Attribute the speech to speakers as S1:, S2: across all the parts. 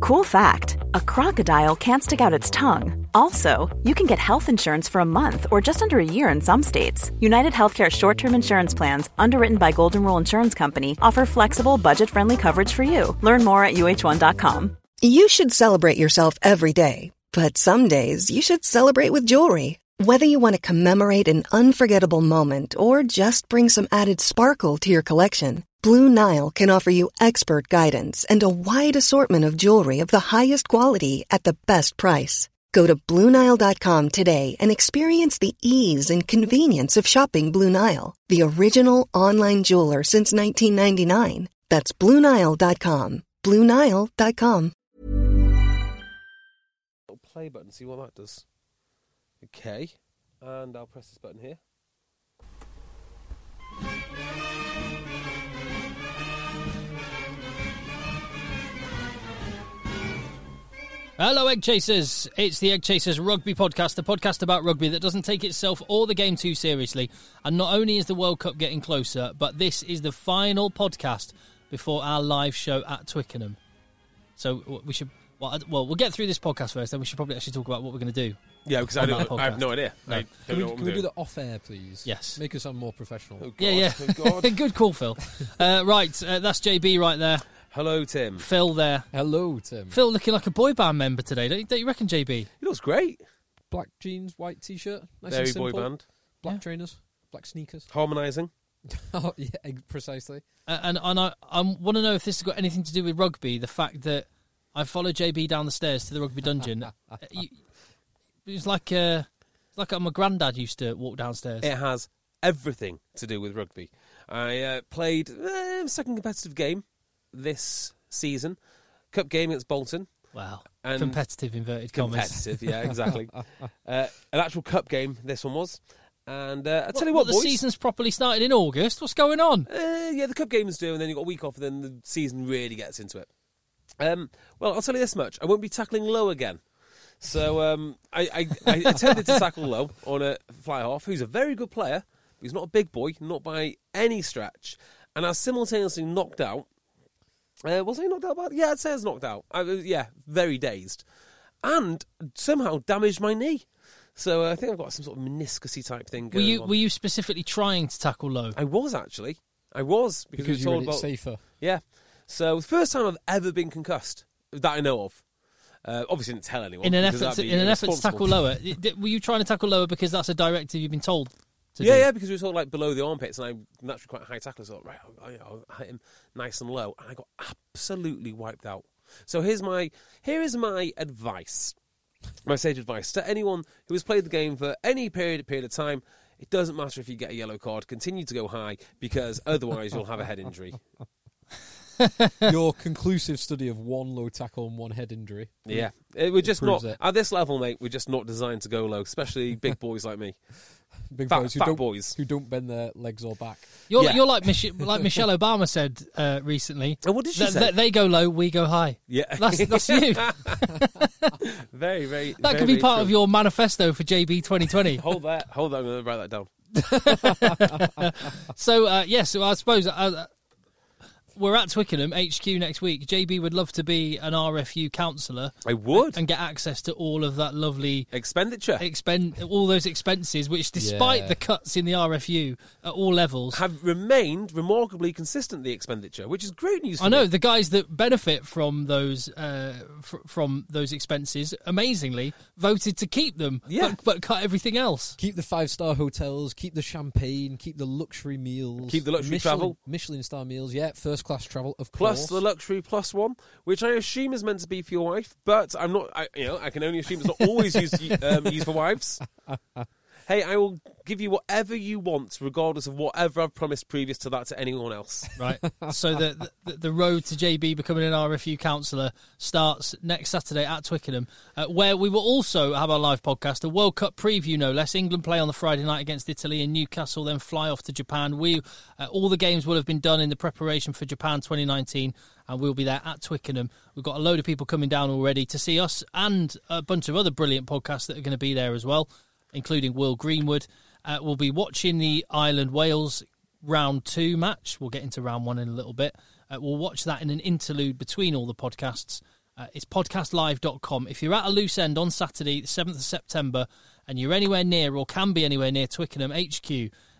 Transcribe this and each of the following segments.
S1: Cool fact a crocodile can't stick out its tongue. Also, you can get health insurance for a month or just under a year in some states. United Healthcare short term insurance plans, underwritten by Golden Rule Insurance Company, offer flexible, budget friendly coverage for you. Learn more at uh1.com.
S2: You should celebrate yourself every day, but some days you should celebrate with jewelry. Whether you want to commemorate an unforgettable moment or just bring some added sparkle to your collection, Blue Nile can offer you expert guidance and a wide assortment of jewelry of the highest quality at the best price. Go to BlueNile.com today and experience the ease and convenience of shopping Blue Nile, the original online jeweler since 1999. That's BlueNile.com. BlueNile.com.
S3: little play button, see what that does. Okay, and I'll press this button here.
S4: Hello, Egg Chasers. It's the Egg Chasers Rugby Podcast, the podcast about rugby that doesn't take itself or the game too seriously. And not only is the World Cup getting closer, but this is the final podcast before our live show at Twickenham. So w- we should. Well, I- well, we'll get through this podcast first, then we should probably actually talk about what we're going to do.
S3: Yeah, because I,
S4: On that
S3: don't, I have
S4: podcast.
S3: no idea. I
S4: No.
S3: don't
S5: Can
S3: know
S5: we,
S3: what
S5: can
S3: I'm
S5: we do
S3: doing.
S5: that off air, please?
S4: Yes.
S5: Make us sound more professional.
S3: Oh, God.
S4: Yeah, yeah.
S3: Oh, God.
S4: Good call, Phil. uh, right, uh, that's JB right there.
S3: Hello, Tim.
S4: Phil there.
S5: Hello, Tim.
S4: Phil looking like a boy band member today, don't you, don't you reckon, JB?
S3: He looks great.
S5: Black jeans, white t-shirt, nice
S3: Very
S5: and simple.
S3: boy band.
S5: Black
S4: Yeah.
S5: trainers, black sneakers.
S3: Harmonising.
S5: oh, yeah, ex- precisely.
S4: Uh, and and I, I want to know if this has got anything to do with rugby. The fact that I followed JB down the stairs to the rugby dungeon. Uh, you- it was like uh, it's like how my granddad used to walk downstairs.
S3: It has everything to do with rugby. I uh, played uh, second competitive game this season, cup game against Bolton.
S4: Wow,
S3: And-
S4: competitive inverted commas.
S3: Competitive, yeah, exactly. uh, an actual cup game. This one was, and uh, I tell you what,
S4: the
S3: boys,
S4: season's properly started in August. What's going on?
S3: Uh, yeah, the cup games do, and then you've got a week off, and then the season really gets into it. Um, well, I'll tell you this much: I won't be tackling low again. So um, I, I, I attempted to tackle low on a fly half, who's a very good player. But he's not a big boy, not by any stretch, and I was simultaneously knocked out. Uh, was I knocked out? By, yeah, I'd say I was knocked out. I, was- yeah, very dazed, and somehow damaged my knee. So uh, I think I've got some sort of meniscusy type thing
S4: Were
S3: going
S4: you
S3: on.
S4: were you specifically trying to tackle low?
S3: I was actually. I was because,
S5: Because
S3: we
S5: you
S3: were
S5: read
S3: told
S5: it
S3: about
S5: safer.
S3: yeah. So the first time I've ever been concussed that I know of. Uh, obviously, didn't tell anyone.
S4: In an
S3: because
S4: effort to,
S3: that'd be
S4: in an effort to
S3: irresponsible.
S4: tackle lower, It- did- were you trying to tackle lower because that's a directive you've been told to
S3: Yeah,
S4: do?
S3: yeah, because we were told like below the armpits, and I'm naturally quite a high tackler, so right, I'll, "Oh, I'll I'll hit him nice and low, and I got absolutely wiped out. So here's my here is my advice, my sage advice to anyone who has played the game for any period period of time. It doesn't matter if you get a yellow card. Continue to go high because otherwise you'll have a head injury.
S5: Your conclusive study of one low tackle and one head injury.
S3: Yeah, Uh, we're just not
S5: proves it.
S3: at this level, mate. We're just not designed to go low, especially big boys like me.
S5: Big
S3: Fat-
S5: boys who
S3: fat
S5: don't
S3: boys.
S5: who don't bend their legs or back.
S4: You're,
S3: Yeah.
S4: you're like Mich- like Michelle Obama said uh, recently.
S3: Oh, what did she
S4: Th-
S3: say?
S4: th- they go low, we go high.
S3: Yeah,
S4: That's that's you.
S3: very, very.
S4: That could be part of your manifesto for JB 2020.
S3: Hold that. Hold that. I'm going to write that down.
S4: so, uh, yes, so I suppose uh, uh, we're at Twickenham HQ next week. JB would love to be an RFU counsellor
S3: I would
S4: and get access to all of that lovely
S3: expenditure.
S4: expend, all those expenses, which, despite
S5: Yeah.
S4: the cuts in the RFU at all levels,
S3: have remained remarkably consistent. The expenditure, which is great news. For
S4: I know
S3: me.
S4: the guys that benefit from those uh, fr- from those expenses amazingly voted to keep them,
S3: Yeah.
S4: but, but cut everything else.
S5: Keep the five star hotels, keep the champagne, keep the luxury meals.
S3: Keep the luxury
S5: Michelin,
S3: travel.
S5: Michelin star meals, yeah, first class travel, of
S3: Plus
S5: course.
S3: the luxury plus one, which I assume is meant to be for your wife, but I'm not. I, you know, I can only assume it's not always used um, used for wives. Hey, I will give you whatever you want, regardless of whatever I've promised previous to that to anyone else.
S4: Right. so the, the the road to JB becoming an RFU counsellor starts next Saturday at Twickenham, uh, where we will also have our live podcast, a World Cup preview, no less. England play on the Friday night against Italy and Newcastle, then fly off to Japan. We uh, all the games will have been done in the preparation for Japan 2019, and we'll be there at Twickenham. We've got a load of people coming down already to see us, and a bunch of other brilliant podcasts that are going to be there as well, including Will Greenwood. Uh, we'll be watching the Ireland Wales round two match. We'll get into round one in a little bit. Uh, we'll watch that in an interlude between all the podcasts. Uh, it's podcastlive.com. If you're at a loose end on Saturday, the 7th of September, and you're anywhere near or can be anywhere near Twickenham HQ,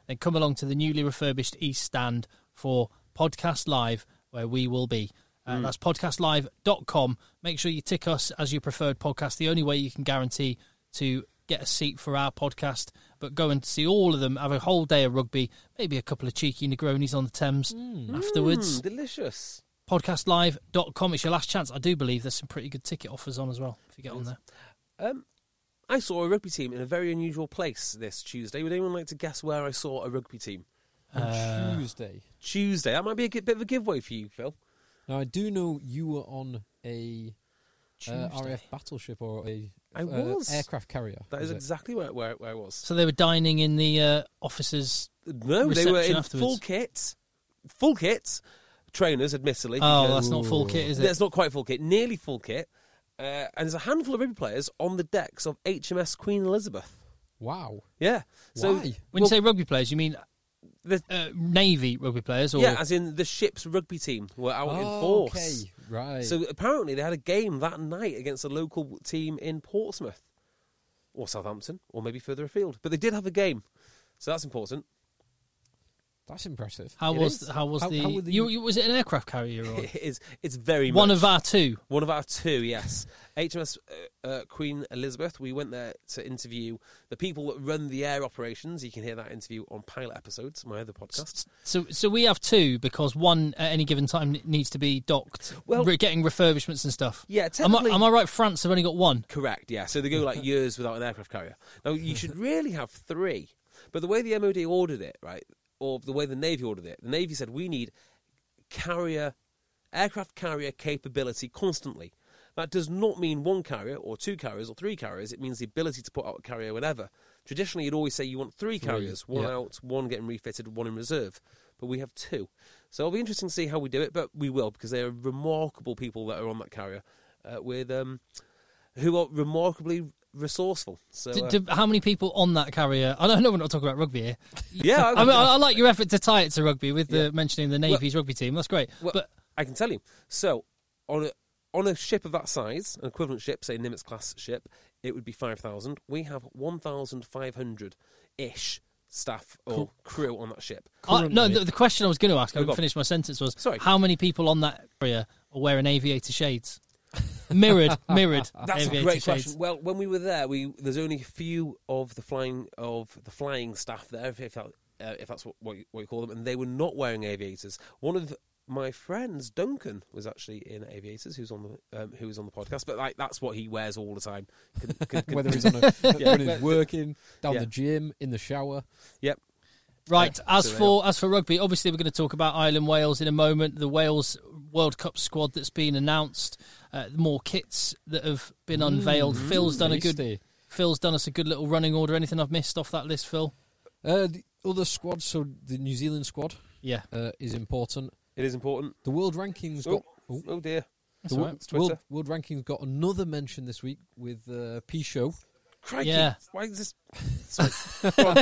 S4: then come along to the newly refurbished East Stand for Podcast Live, where we will be. Uh, That's podcastlive.com. Make sure you tick us as your preferred podcast, the only way you can guarantee to get a seat for our podcast. But go and see all of them, have a whole day of rugby, maybe a couple of cheeky Negronis on the Thames
S5: Hmm.
S4: afterwards
S3: Mm, delicious.
S4: podcastlive.com. It's your last chance. I do believe there's some pretty good ticket offers on as well if you get on there.
S3: Um, I saw a rugby team in a very unusual place this Tuesday. Would anyone like to guess where I saw a rugby team?
S5: On
S4: Uh,
S5: Tuesday.
S3: Tuesday. That might be a gi- bit of a giveaway for you, Phil.
S5: Now I do know you were on a uh,
S4: Tuesday.
S5: RAF battleship or a
S3: I
S5: uh,
S3: was.
S5: aircraft carrier.
S3: That is
S5: was it?
S3: exactly where, where, where I was.
S4: So they were dining in the uh, officers.
S3: No, they were
S4: Reception
S3: in
S4: afterwards.
S3: full kit. Full kit. Trainers, admittedly.
S4: Oh,
S3: because-
S4: that's not full kit, is it?
S3: That's not quite full kit. Nearly full kit. Uh, and there's a handful of rugby players on the decks of HMS Queen Elizabeth.
S5: Wow.
S3: Yeah. So
S5: Why?
S4: When you say rugby players, you mean
S3: The-
S4: uh, Navy rugby players? Or
S3: yeah, as in the ship's rugby team were out in
S5: Oh,
S3: force.
S5: okay. Right.
S3: So apparently they had a game that night against a local team in Portsmouth or Southampton or maybe further afield. But they did have a game. So that's important.
S5: that's impressive.
S4: how
S5: It
S4: was
S5: is.
S4: how was the,
S5: how were the
S4: you, you- was it an aircraft carrier or
S3: It is it's very
S4: one
S3: much-
S4: of our two?
S3: one of our two, yes. HMS uh, uh, Queen Elizabeth. We went there to interview the people that run the air operations. You can hear that interview on pilot episodes, my other podcast.
S4: So so we have two because one at any given time needs to be docked,
S3: Well-
S4: re- getting refurbishments and stuff.
S3: Yeah,
S4: am I,
S3: technically-
S4: am I right? France have only got one.
S3: Correct, yeah. So they go like years without an aircraft carrier. Now, you should really have three. But the way the MOD ordered it, right, or the way the Navy ordered it, the Navy said we need carrier, aircraft carrier capability constantly. That does not mean one carrier or two carriers or three carriers. It means the ability to put out a carrier whenever. Traditionally, you'd always say you want three carriers, one
S5: yeah.
S3: out, one getting refitted, one in reserve. But we have two. So it'll be interesting to see how we do it, but we will because they are remarkable people that are on that carrier uh, with um, who are remarkably resourceful. So
S4: D
S3: uh,
S4: d- how many people on that carrier? I don't know. We're not talking about rugby here.
S3: yeah,
S4: I mean, I, I like your effort to tie it to rugby with the mentioning the
S3: Well-
S4: Navy's rugby team. That's great.
S3: Well,
S4: but
S3: I can tell you. So on a on a ship of that size, an equivalent ship, say Nimitz class ship, it would be five thousand. We have one thousand five hundred ish staff or crew on that ship.
S4: I, no,
S5: currently-
S4: the, the question I was going to ask, I
S3: Oh, go
S4: haven't
S3: on.
S4: finished my sentence, was
S3: Sorry.
S4: how many people on that area are wearing aviator shades? Mirrored, mirrored.
S3: That's
S4: aviator
S3: a great
S4: shades.
S3: question. Well, when we were there, we there's only a few of the flying of the flying staff there, if, if, that, uh, if that's what, what, you, what you call them, and they were not wearing aviators. One of my friends, Duncan, was actually in aviators, who's on the um, who was on the podcast, but like that's what he wears all the time. Can- can- can-
S5: whether he's on a, when
S3: But-
S5: he's working down
S3: yeah.
S5: the gym in the shower.
S3: yep,
S4: Right.
S3: Yeah,
S4: as
S3: so they
S4: for as for rugby, obviously we're going to talk about Ireland Wales in a moment. The Wales World Cup squad that's been announced, uh, more kits that have been unveiled. Phil's done a good.
S5: Mm, Tasty.
S4: Phil's done us a good little running order. Anything I've missed off that list, Phil?
S5: Uh, the other squad, so the New Zealand squad
S4: Yeah.
S5: uh, is important.
S3: it is important.
S5: The world rankings
S3: Oh,
S5: got oh,
S3: oh dear,
S5: the
S4: all
S5: wo-
S4: right.
S3: It's
S5: world,
S3: Twitter.
S5: world rankings got another mention this week with uh, P Show.
S3: crikey!
S4: Yeah.
S3: Why is this? Sorry. Go on.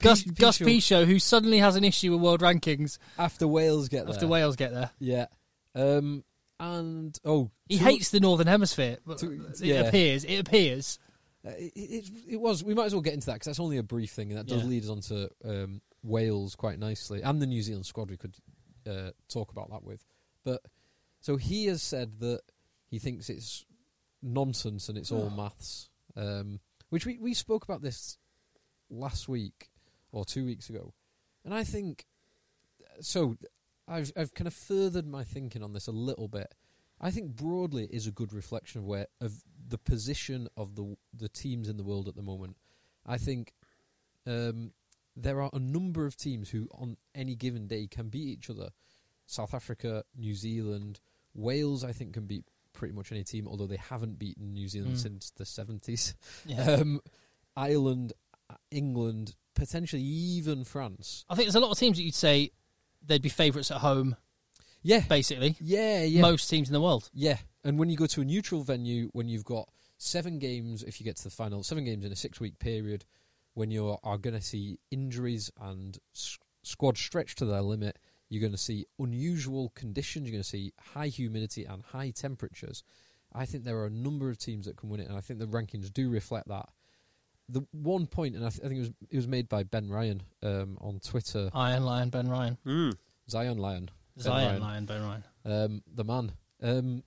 S4: Gus
S5: P-
S4: Gus
S5: Pichot.
S4: Pichot, who suddenly has an issue with world rankings
S5: After Wales get there,
S4: after Wales get there.
S5: yeah, um, and oh,
S4: He
S5: two-
S4: hates the Northern Hemisphere. But
S5: Two-
S4: it
S5: yeah.
S4: appears. It appears.
S5: Uh, it, it, it was. We might as well get into that because that's only a brief thing, and that does
S4: Yeah.
S5: lead us on to um, Wales quite nicely, and the New Zealand squad. We could uh, talk about that with, but so he has said that he thinks it's nonsense and it's all maths, um, which we we spoke about this last week or two weeks ago, and I think so. I've I've kind of furthered my thinking on this a little bit. I think broadly it is a good reflection of where of the position of the the teams in the world at the moment. I think um, there are a number of teams who on any given day can beat each other. South Africa, New Zealand, Wales. I think can beat pretty much any team, although they haven't beaten New Zealand
S4: Mm.
S5: since the seventies.
S4: Yeah.
S5: Um, Ireland, uh, England, potentially even France.
S4: I think there's a lot of teams that you'd say they'd be favourites at home,
S5: Yeah,
S4: basically.
S5: yeah, yeah.
S4: Most teams in the world.
S5: Yeah, and when you go to a neutral venue, when you've got seven games, if you get to the final, seven games in a six-week period, when you are going to see injuries and s- squad stretched to their limit, You're going to see unusual conditions. You're going to see high humidity and high temperatures. I think there are a number of teams that can win it, and I think the rankings do reflect that. The one point, and I, th- I think it was it was made by Ben Ryan um, on Twitter.
S4: Iron Lion Ben Ryan.
S3: Mm.
S5: Zion Lion. Ben
S4: Zion
S5: Ryan
S4: Lion Ben Ryan.
S5: um, the man. Um,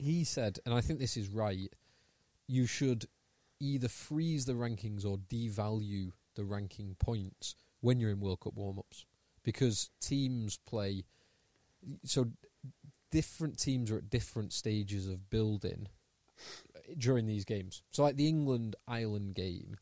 S5: he said, and I think this is right. You should either freeze the rankings or devalue the ranking points when you're in World Cup warm-ups because teams play. So different teams are at different stages of building during these games. So, like the England Ireland game,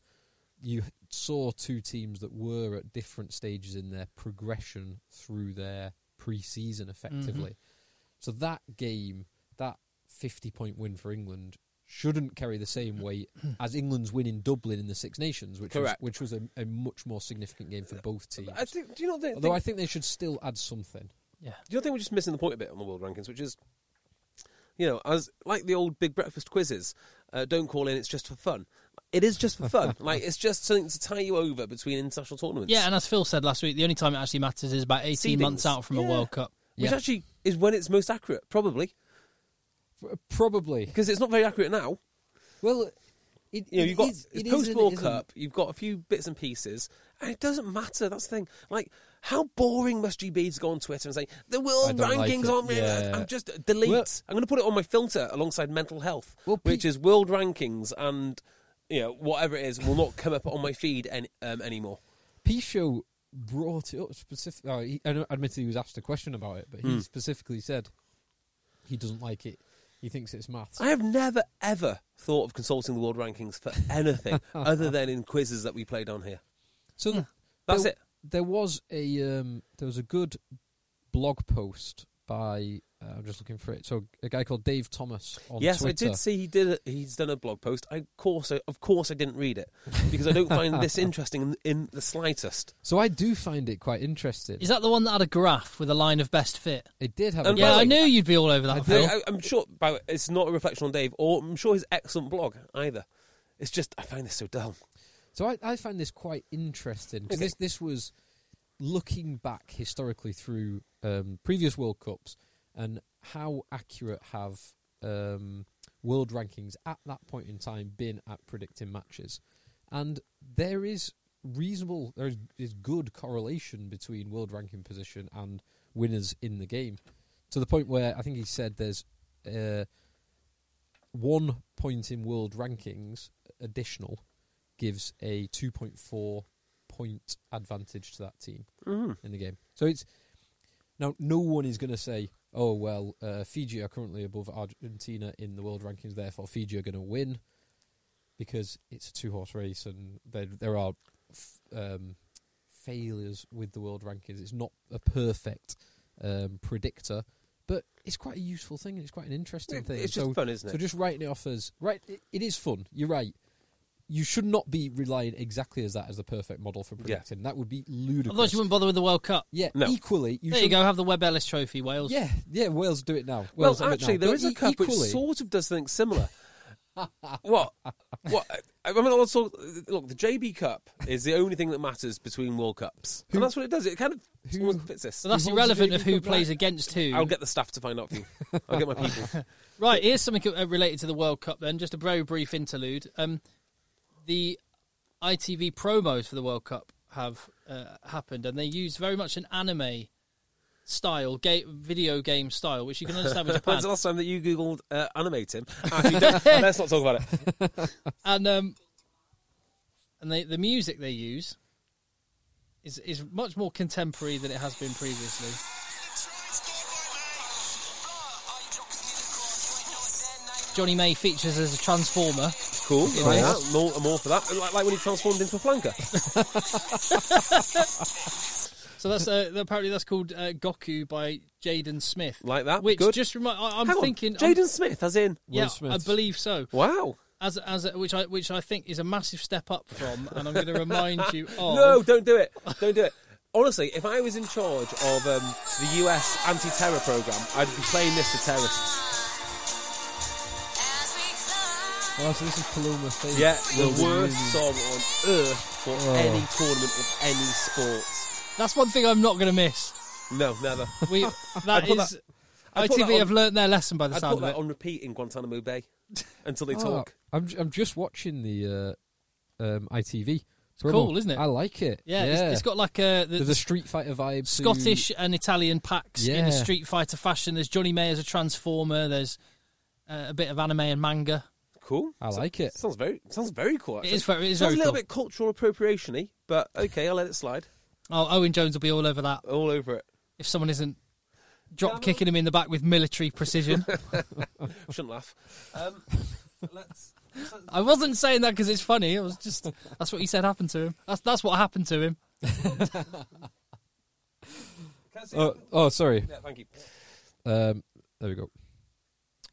S5: you saw two teams that were at different stages in their progression through their pre-season, effectively.
S3: Mm-hmm.
S5: So that game, that fifty-point win for England, shouldn't carry the same weight as England's win in Dublin in the Six Nations, which was,
S3: Mm-hmm. Correct.
S5: which was a, a much more significant game for both teams.
S3: I think, do you not think,
S5: Although
S3: think-
S5: I think they should still add something.
S4: Yeah.
S3: do you not think we're just missing the point a bit on the world rankings, which is, you know, as like the old Big Breakfast quizzes, uh, don't call in. It's just for fun. It is just for fun. like it's just something to tie you over between international tournaments.
S4: Yeah, and as Phil said last week, the only time it actually matters is about 18 months
S3: Seedings.
S4: out from a
S3: Yeah.
S4: World Cup.
S3: which
S5: Yeah.
S3: actually is when it's most accurate, probably
S5: P- Probably.
S3: because it's not very accurate now.
S5: Well, it,
S3: You know,
S5: it
S3: you've got
S5: is- it
S3: it's
S5: is and
S3: post
S5: it
S3: World
S5: isn't.
S3: Cup. You've got a few bits and pieces, and it doesn't matter. That's the thing. Like, how boring must you be to go on Twitter and say the
S5: I
S3: world
S5: don't like
S3: rankings
S5: it."
S3: aren't really?
S5: Yeah.
S3: I'm just delete.
S5: Well-
S3: I'm going to put it on my filter alongside mental health,
S5: Well, Pete-
S3: which is world rankings and you know whatever it is will not come up on my feed any, um, anymore.
S5: Pichot brought it up specifically. Oh, he, I know, admittedly, he was asked a question about it, but
S3: Hmm.
S5: he specifically said he doesn't like it. He thinks it's maths.
S3: I have never ever thought of consulting the world rankings for anything other than in quizzes that we played on here.
S5: So th-
S3: That's
S5: there,
S3: it.
S5: There was a um, there was a good blog post by uh, I'm just looking for it. So a guy called Dave Thomas on
S3: yes,
S5: Twitter.
S3: I did see he did. A, he's done a blog post. I, of course, I, of course, I didn't read it because I don't find this interesting in, in the slightest.
S5: So I do find it quite interesting.
S4: Is that the one that had a graph with a line of best fit?
S5: it did have.
S3: And
S5: a
S4: Yeah,
S3: Well,
S4: I
S3: like-
S4: knew you'd be all over that, Phil.
S3: I, am sure by the way, it's not a reflection on Dave, or I'm sure his excellent blog either. It's just I find this so dull.
S5: So I, I find this quite interesting because
S3: Okay.
S5: this this was looking back historically through um, previous World Cups and how accurate have um, world rankings at that point in time been at predicting matches, and there is reasonable there is, is good correlation between world ranking position and winners in the game to the point where I think he said there's. Uh, one point in world rankings additional gives a 2.4 point advantage to that team
S3: Mm.
S5: in the game. So it's now no one is going to say, "Oh well, uh, Fiji are currently above Argentina in the world rankings, therefore Fiji are going to win," because it's a two-horse race and there there are f- um, failures with the world rankings. It's not a perfect um, predictor, but it's quite a useful thing and it's quite an interesting
S3: It-
S5: thing.
S3: it's just
S5: So-
S3: fun, isn't it?
S5: So just writing it off as right, it, it is fun. You're right. You should not be relying exactly as that as the perfect model for predicting. That would be ludicrous.
S4: Otherwise, you wouldn't bother with the World Cup.
S5: Yeah,
S3: No.
S5: equally. You
S4: there
S5: should,
S4: you go, have the Webb Ellis Trophy, Wales.
S5: Yeah, yeah. Wales do it now.
S3: Well,
S5: Wales have it
S3: actually,
S5: now.
S3: there
S5: But
S3: is a
S5: e-
S3: cup
S5: equally,
S3: which sort of does something similar. what? What? I mean, also look, the JB Cup is the only thing that matters between World Cups, and that's what it does. It kind of
S5: Who-
S3: fits this.
S4: So that's
S5: Who holds the
S4: irrelevant
S5: JB
S4: of who
S5: Cup
S4: plays
S5: right?
S4: against who.
S3: I'll get the staff to find out for you. I'll get my people.
S4: Right, here's something uh, related to the World Cup. Then, just a very brief interlude. Um, the ITV promos for the World Cup have uh, happened, and they use very much an anime style, ga- video game style, which you can understand with
S3: When's the
S4: Japan.
S3: last time that you googled uh, animate him? Actually, don't, let's not talk about it.
S4: and um, and they, the music they use is is much more contemporary than it has been previously. Johnny May features as a transformer.
S3: Cool.
S4: Right.
S3: Yeah, more, more for that. Like, like when he transformed into a flanker.
S4: So that's uh, apparently that's called uh, Goku by Jaden Smith.
S3: Like that,
S4: which
S3: good.
S4: just remind. I, I'm
S3: Hang on,
S4: thinking I'm-
S3: Jaden Smith, as in.
S4: yeah,
S5: Smith.
S4: I believe so.
S3: Wow.
S4: As as uh, which I which I think is a massive step up from, and I'm going to remind you of.
S3: No, don't do it. Don't do it. Honestly, if I was in charge of um, the US anti terror program, I'd be playing this to terrorists.
S5: Oh, so this is Paloma. Faith.
S3: Yeah, the
S4: Mm.
S5: Will be
S3: worst
S5: really-
S3: song
S4: Oh.
S3: on earth for any tournament of any sport.
S4: That's one thing I'm not going to miss.
S3: No, never.
S4: We, that
S3: put
S4: is
S3: that- I'd put
S4: ITV
S3: that on-
S4: have learnt their lesson by the
S3: I'd
S4: sound
S3: put
S4: of it.
S3: that on repeat in Guantanamo Bay until they
S5: Oh,
S3: talk.
S5: I'm j- I'm just watching the uh, um, ITV. It's
S4: cool, isn't it?
S5: I like it.
S4: yeah, it's- it's got like a the,
S5: there's a Street Fighter vibe. to-
S4: Scottish and Italian packs in
S5: Yeah.
S4: a Street Fighter fashion. There's Johnny May as a Transformer. There's uh, a bit of anime and manga.
S3: Cool.
S5: I like it.
S3: Sounds very sounds very cool.
S4: It
S3: actually.
S4: is very- it is
S3: sounds
S4: very
S3: a little
S4: cool.
S3: bit cultural appropriation-y, but okay, I'll let it slide.
S4: Oh, Owen Jones will be all over that
S3: All over it.
S4: if someone isn't drop kicking him in the back with military precision.
S3: Shouldn't laugh. Um, let's.
S4: I wasn't saying that because it's funny. It was just that's what he said happened to him. That's that's what happened to him.
S3: Can I see
S5: Oh, oh, sorry.
S3: yeah, thank you.
S5: Um, there we go.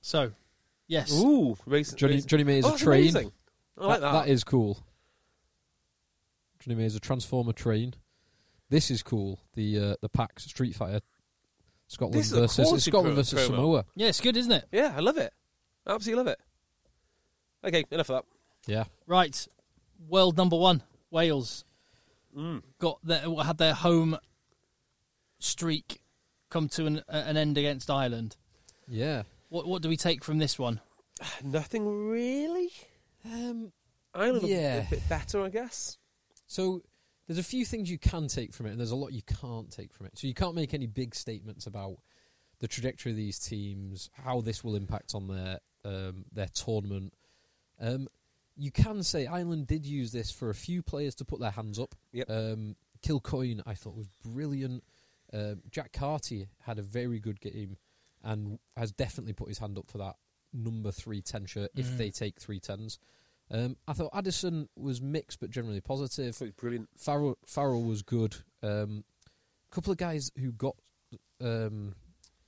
S4: So, yes,
S3: Ooh, race,
S5: Johnny
S3: race-
S5: Johnny May is
S3: Oh,
S5: a
S3: that's
S5: train.
S3: amazing. I like that.
S5: That is cool. Johnny May is a Transformer train. This is cool. The uh, the PAX Street Fighter Scotland
S3: This is a
S5: versus it's
S3: quality
S5: Scotland
S3: pro-
S5: versus
S3: promo.
S5: Samoa.
S4: yeah, it's good, isn't it?
S3: Yeah, I love it. I absolutely love it. Okay, enough of
S5: Yeah.
S4: Right, world number one, Wales got their, had their home streak come to an, an end against Ireland.
S5: Yeah.
S4: What what do we take from this one?
S3: that. Nothing really.
S5: Um,
S3: Ireland yeah.
S5: Yeah.
S3: a bit better, I guess.
S5: so there's a few things you can take from it, and there's a lot you can't take from it. So you can't make any big statements about the trajectory of these teams, how this will impact on their um, their tournament. Um, you can say Ireland did use this for a few players to put their hands up.
S3: Yep.
S5: Um, Kilcoyne, I thought, was brilliant. Um, Jack Carty had a very good game and has definitely put his hand up for that number three ten shirt if they take three tens. Um, I thought Addison was mixed but generally positive.
S3: Absolutely brilliant.
S5: Farrell Farrell was good. Um, couple of guys who got um,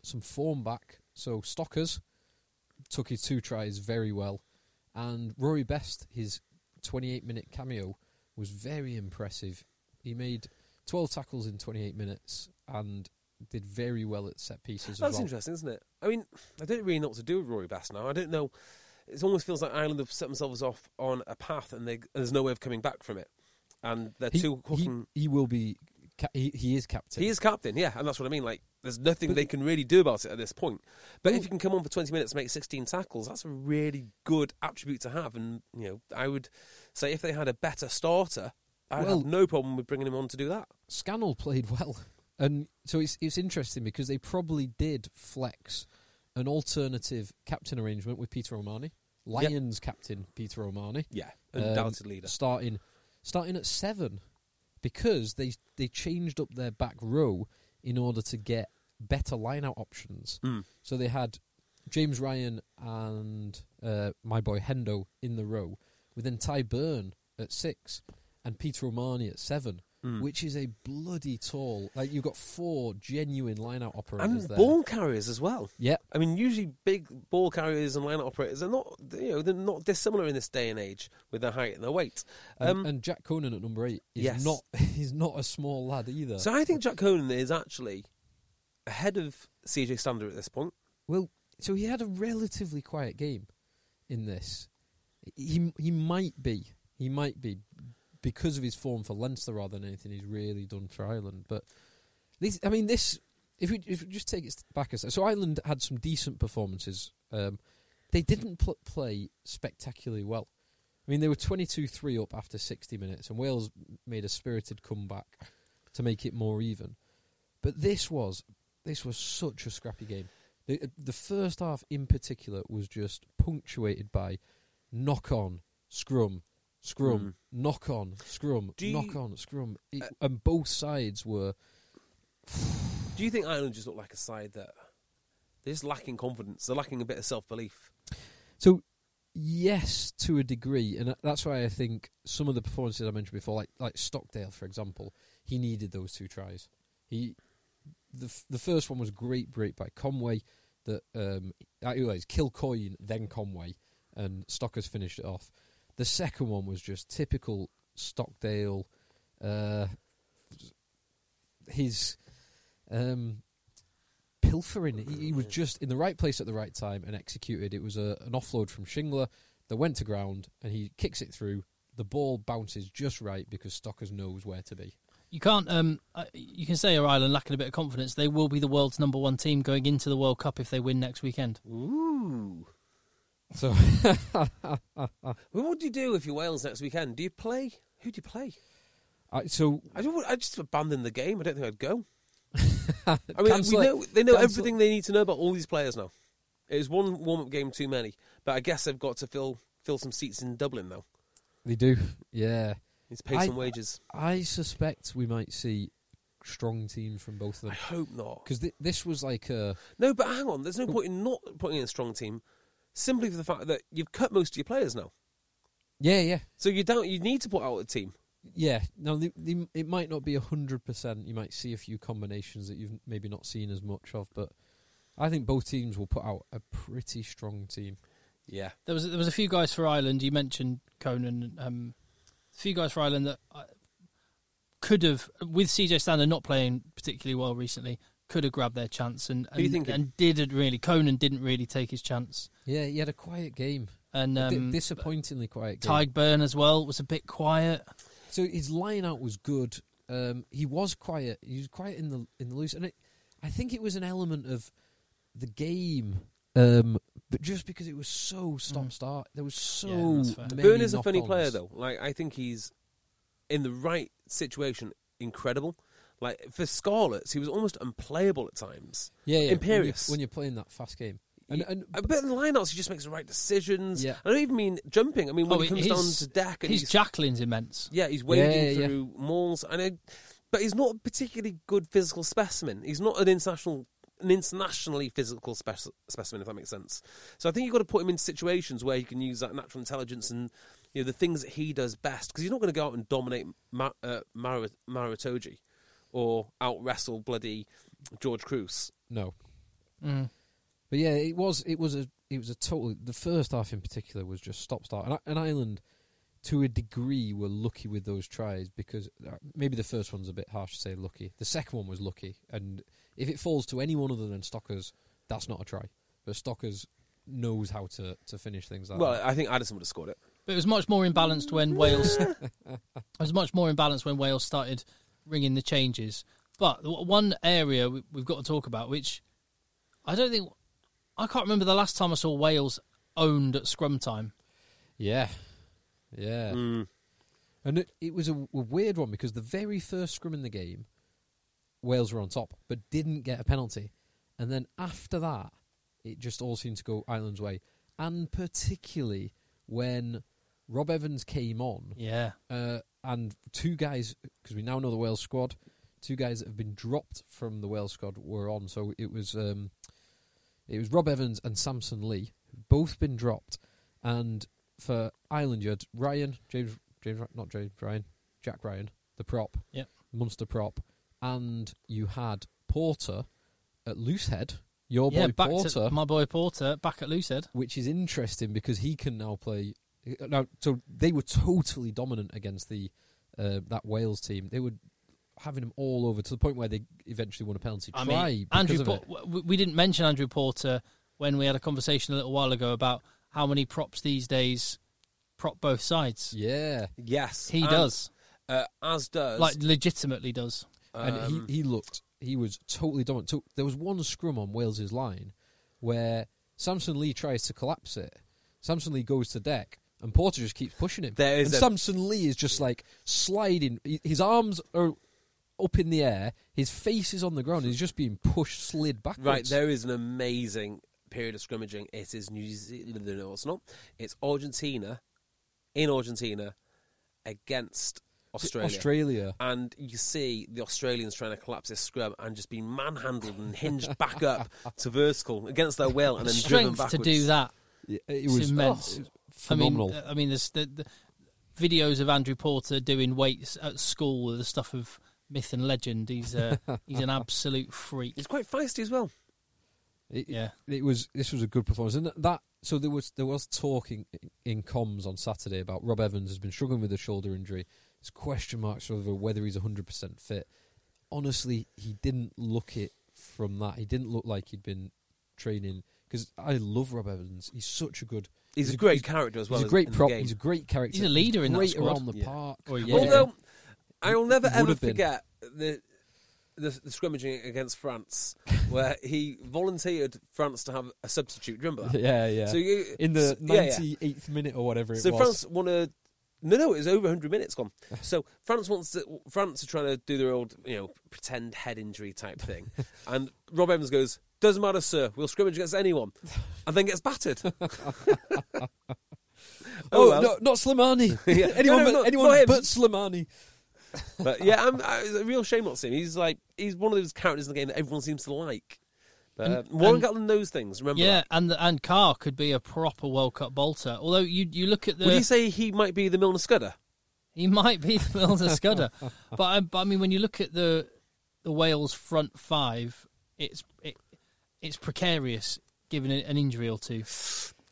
S5: some form back. So Stockers took his two tries very well, and Rory Best his 28 minute cameo was very impressive. He made 12 tackles in 28 minutes and did very well at set pieces.
S3: That's
S5: as well.
S3: interesting, isn't it? I mean, I don't really know what to do with Rory Bass now. I don't know. It almost feels like Ireland have set themselves off on a path, and they, there's no way of coming back from it. And they're
S5: He,
S3: too
S5: he-
S3: hooking.
S5: he will be. Ca- he, he is captain.
S3: He is captain, yeah, and that's what I mean. Like, there's nothing
S5: But-
S3: they can really do about it at this point. But if
S5: Ooh.
S3: you can come on for 20 minutes, make 16 tackles, that's a really good attribute to have. And you know, I would say if they had a better starter, I'd
S5: Well-
S3: have no problem with bringing him on to do that.
S5: Scannell played well, and so it's it's interesting because they probably did flex an alternative captain arrangement with Peter O'Mahony, Lions captain Peter O'Mahony,
S3: Yeah,
S5: um,
S3: undoubted leader.
S5: starting starting at seven because they they changed up their back row in order to get better line out options.
S3: Mm.
S5: So they had James Ryan and uh, my boy Hendo in the row, with then Ty Byrne at six and Peter O'Mahony at seven,
S3: Hmm.
S5: which is a bloody tall. Like you've got four genuine line-out operators
S3: And
S5: there.
S3: ball carriers as well.
S5: Yeah,
S3: I mean, usually big ball carriers and line operators are not, you know, they're not dissimilar in this day and age with their height and their weight.
S5: and,
S3: Um,
S5: and Jack Conan at number eight is
S3: Yes.
S5: not he's not a small lad either.
S3: so I think Jack Conan is actually ahead of CJ Stander at this point.
S5: Well, so he had a relatively quiet game in this. He he might be he might be because of his form for Leinster rather than anything he's really done for Ireland. But this, I mean, this if we if we just take it back a step. So Ireland had some decent performances. Um, they didn't pl- play spectacularly well. I mean, they were 22-3 up after 60 minutes, and Wales made a spirited comeback to make it more even. But this was this was such a scrappy game. The the first half in particular was just punctuated by knock on, scrum, scrum,
S3: Mm.
S5: knock on, scrum,
S3: Do you- Uh,
S5: knock on, scrum, It- and both sides were
S3: Do you think Ireland just look like a side that they're just lacking confidence? They're lacking a bit of self belief.
S5: So, yes, to a degree, and that's why I think some of the performances I mentioned before, like like Stockdale, for example, he needed those two tries. He, the f- the first one was a great break by Conway, that um, I realised Kilcoyne then Conway, and Stockers finished it off. The second one was just typical Stockdale. Uh, his um, pilfering. He, he was just in the right place at the right time and executed. It was a, an offload from Shingler that went to ground and he kicks it through. The ball bounces just right because Stockers knows where to be.
S4: you can't. Um, uh, you can say are Ireland lacking a bit of confidence. They will be the world's number one team going into the World Cup if they win next weekend.
S3: Ooh.
S5: So
S3: Well, what do you do if you're Wales next weekend? Do you play? Who do you play?
S5: I, so
S3: I don't. I just abandon the game. I don't think I'd go. I mean, we
S5: Cancel it.
S3: know, they know
S5: Cancel-
S3: everything they need to know about all these players now. It was one warm-up game too many, but I guess they've got to fill fill some seats in Dublin now.
S5: they do. Yeah.
S3: Need to pay
S5: I-
S3: some wages.
S5: I suspect we might see strong teams from both of
S3: I
S5: them
S3: hope not.
S5: because this was like a
S3: No, but hang on. There's no point in not putting in a strong team, simply for the fact that you've cut most of your players now.
S5: yeah, yeah,
S3: So you don't. You need to put out a team.
S5: yeah. Now the, the, it might not be hundred percent. You might see a few combinations that you've maybe not seen as much of, but I think both teams will put out a pretty strong team.
S3: Yeah.
S4: There was there was a few guys for Ireland. You mentioned Conan. Um, a few guys for Ireland that uh, could have, with CJ Stander not playing particularly well recently, could have grabbed their chance and
S3: Who you
S4: and,
S3: thinking?
S4: and didn't really. Conan didn't really take his chance.
S5: Yeah, he had a quiet game,
S4: And
S5: A di-
S4: um,
S5: disappointingly quiet game.
S4: Tyg Byrne as well was a bit quiet.
S5: So his line out was good. Um, he was quiet. He was quiet in the in the loose, and it, I think it was an element of the game. Um, but just because it was so stop start, there was
S4: Yeah,
S5: so
S4: that's fair.
S5: many.
S3: Byrne is a funny
S5: knock-ons.
S3: player though. Like I think he's in the right situation, incredible. Like for Scarlets, he was almost unplayable at times.
S5: Yeah, yeah.
S3: Imperious.
S5: When you're, when you're playing that fast game, and, and
S3: I bet in the lineouts he just makes the right decisions.
S5: Yeah. Oh,
S3: I don't even mean jumping. I mean when he comes down
S4: his-
S3: to Dak and
S4: Oh, his
S3: he's
S4: Jacqueline's immense.
S3: yeah he's
S5: Yeah,
S3: wading
S5: yeah, yeah.
S3: through malls. And I, but he's not a particularly good physical specimen. He's not an international an internationally physical spec- specimen, if that makes sense. So I think you've got to put him in situations where he can use that natural intelligence and you know the things that he does best because he's not going to go out and dominate Ma- uh, Mara- Maratoji or out wrestle bloody George Cruz.
S5: no,
S4: Mm.
S5: but yeah, it was it was a it was a total. The first half in particular was just stop start, and, I- and Ireland, to a degree, were lucky with those tries because uh, maybe the first one's a bit harsh to say lucky. The second one was lucky, and if it falls to anyone other than Stockers, that's not a try. But Stockers knows how to to finish things like
S3: Well,
S5: that.
S3: I think Addison would have scored it.
S4: But it was much more imbalanced when Wales. it was much more imbalanced when Wales started ringing the changes. But the one area we- we've got to talk about, which I don't think I can't remember the last time I saw Wales owned at scrum time.
S5: Yeah, yeah.
S3: Mm.
S5: And it, it was a, w- a weird one because the very first scrum in the game, Wales were on top, but didn't get a penalty. And then after that, it just all seemed to go Ireland's way. And particularly when Rob Evans came on,
S4: Yeah,
S5: uh, and two guys, because we now know the Wales squad, two guys that have been dropped from the Wales squad were on. So it was um, it was Rob Evans and Samson Lee, both been dropped. And for Ireland, you had Ryan James, James not James Ryan, Jack Ryan, the prop,
S4: Yep.
S5: Munster prop, and you had Porter at loosehead. Your
S4: yeah.
S5: boy
S4: Back
S5: Porter,
S4: to my boy Porter back at Lucid.
S5: which is interesting because he can now play. Now, so they were totally dominant against the uh, that Wales team. They were having them all over to the point where they eventually won a penalty try.
S4: I mean,
S5: because
S4: Andrew.
S5: of
S4: Por-
S5: it.
S4: w- we didn't mention Andrew Porter when we had a conversation a little while ago about how many props these days prop both sides.
S5: yeah,
S3: Yes,
S4: He
S3: and,
S4: does,
S3: uh, as does
S4: like legitimately does.
S3: Um,
S5: and he, he looked he was totally dominant. So there was one scrum on Wales's line where Samson Lee tries to collapse it. Samson Lee goes to deck. And Porter just keeps pushing him.
S3: There is
S5: and
S3: a-
S5: Samson Lee is just like sliding. He- His arms are up in the air. His face is on the ground. He's just being pushed, slid backwards.
S3: Right, there is an amazing period of scrimmaging. It is New Zealand. No, it's not. It's Argentina in Argentina against Australia.
S5: Australia.
S3: And you see the Australians trying to collapse this scrum and just being manhandled and hinged back up to vertical against their will and then driven
S4: Strength to
S3: backwards.
S4: do that.
S5: It
S4: It's
S5: was
S4: immense.
S5: oh, phenomenal.
S4: I mean, uh, I mean, there's the, the videos of Andrew Porter doing weights at school with the stuff of myth and legend. He's uh, he's an absolute freak.
S3: He's quite feisty as well.
S5: It-
S4: Yeah.
S5: it was. This was a good performance, and that. So there was there was talking in comms on Saturday about Rob Evans has been struggling with a shoulder injury. There's question marks over whether he's 100 percent fit. Honestly, he didn't look it from that. He didn't look like he'd been training because I love Rob Evans. He's such a good.
S3: He's, a great character as well.
S5: He's a
S3: as-
S5: great
S3: in the
S5: prop.
S3: game.
S5: He's a great character.
S4: He's a leader in that
S5: great
S4: squad. Oh,
S5: around the
S3: Yeah.
S5: park.
S4: Or he
S5: Yeah.
S4: was.
S3: Although I will never
S5: Would
S3: ever
S5: have been.
S3: forget the, the the scrimmaging against France, where he volunteered France to have a substitute. Do you Remember that?
S5: Yeah, yeah.
S3: So you-
S5: in the
S3: so- yeah, yeah.
S5: ninety eighth minute or whatever it
S3: So
S5: was.
S3: France want to. No, no, it was over 100 minutes gone. So France wants to. France are trying to do their old, you know, pretend head injury type thing, and Rob Evans goes, "Doesn't matter, sir. We'll scrimmage against anyone," and then gets battered. oh,
S5: oh
S3: well.
S5: no, not Slimani.
S3: Yeah.
S5: anyone,
S3: No, no,
S5: but,
S3: not-
S5: anyone
S3: not him.
S5: but Slimani.
S3: But yeah, I'm, I, it's a real shame not seeing him. He's like he's one of those characters in the game that everyone seems to like. But uh, Warren
S4: and-
S3: Gatland knows things. Remember
S4: Yeah,
S3: that.
S4: and and Carr could be a proper World Cup bolter. Although you you look at the
S3: Would you say he might be the Milner Scudder?
S4: He might be the Milner Scudder, but I, but I mean, when you look at the the Wales front five, it's it, it's precarious given an injury or two.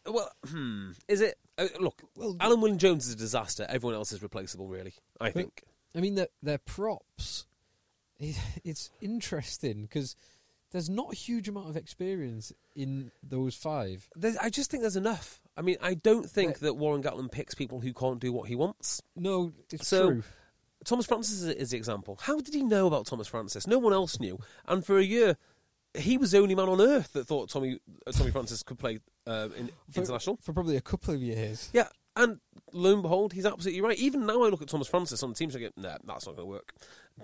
S3: Well, hmm, is it? Uh, look, Alan William Jones is a disaster. Everyone else is replaceable, really. I think.
S5: I mean, their their props. It, it's interesting because there's not a huge amount of experience in those five.
S3: There's, I just think there's enough. I mean, I don't think that Warren Gatland picks people who can't do what he wants.
S5: No, it's
S3: So-
S5: true.
S3: Thomas Francis is, is the example. How did he know about Thomas Francis? No one else knew. And for a year, he was the only man on earth that thought Tommy uh, Tommy Francis could play um, in
S5: For-
S3: international.
S5: for probably a couple of years.
S3: Yeah, and lo and behold, he's absolutely right. Even now, I look at Thomas Francis on the team, so I go, "No, that's not going to work."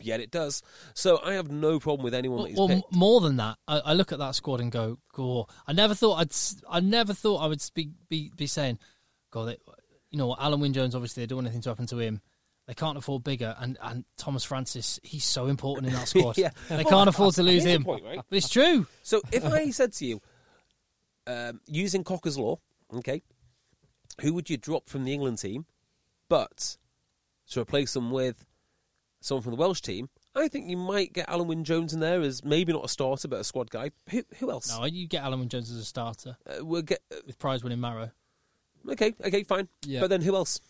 S3: Yet it does. So I have no problem with anyone that he's
S4: Well, m-
S3: picked.
S4: more than that, I, I look at that squad and go, "Gore." I never thought I'd, s- I never thought I would speak, be be saying, "God, they, you know, what, Alan Wynne Jones. Obviously, they don't want anything to happen to him. They can't afford bigger, and and Thomas Francis, he's so important in that squad.
S3: Yeah.
S4: They
S3: Well,
S4: can't afford to lose
S3: here's the
S4: him.
S3: point, right?
S4: But it's true.
S3: So if I said to you, um, using Cocker's law, okay, who would you drop from the England team, but to replace them with someone from the Welsh team? I think you might get Alan Wynne Jones in there as maybe not a starter but a squad guy. Who, who else?
S4: No, you get Alan Wynne Jones as a starter
S3: Uh, we'll get uh,
S4: with prize-winning Marrow.
S3: okay, okay, fine.
S5: Yeah.
S3: But then who else?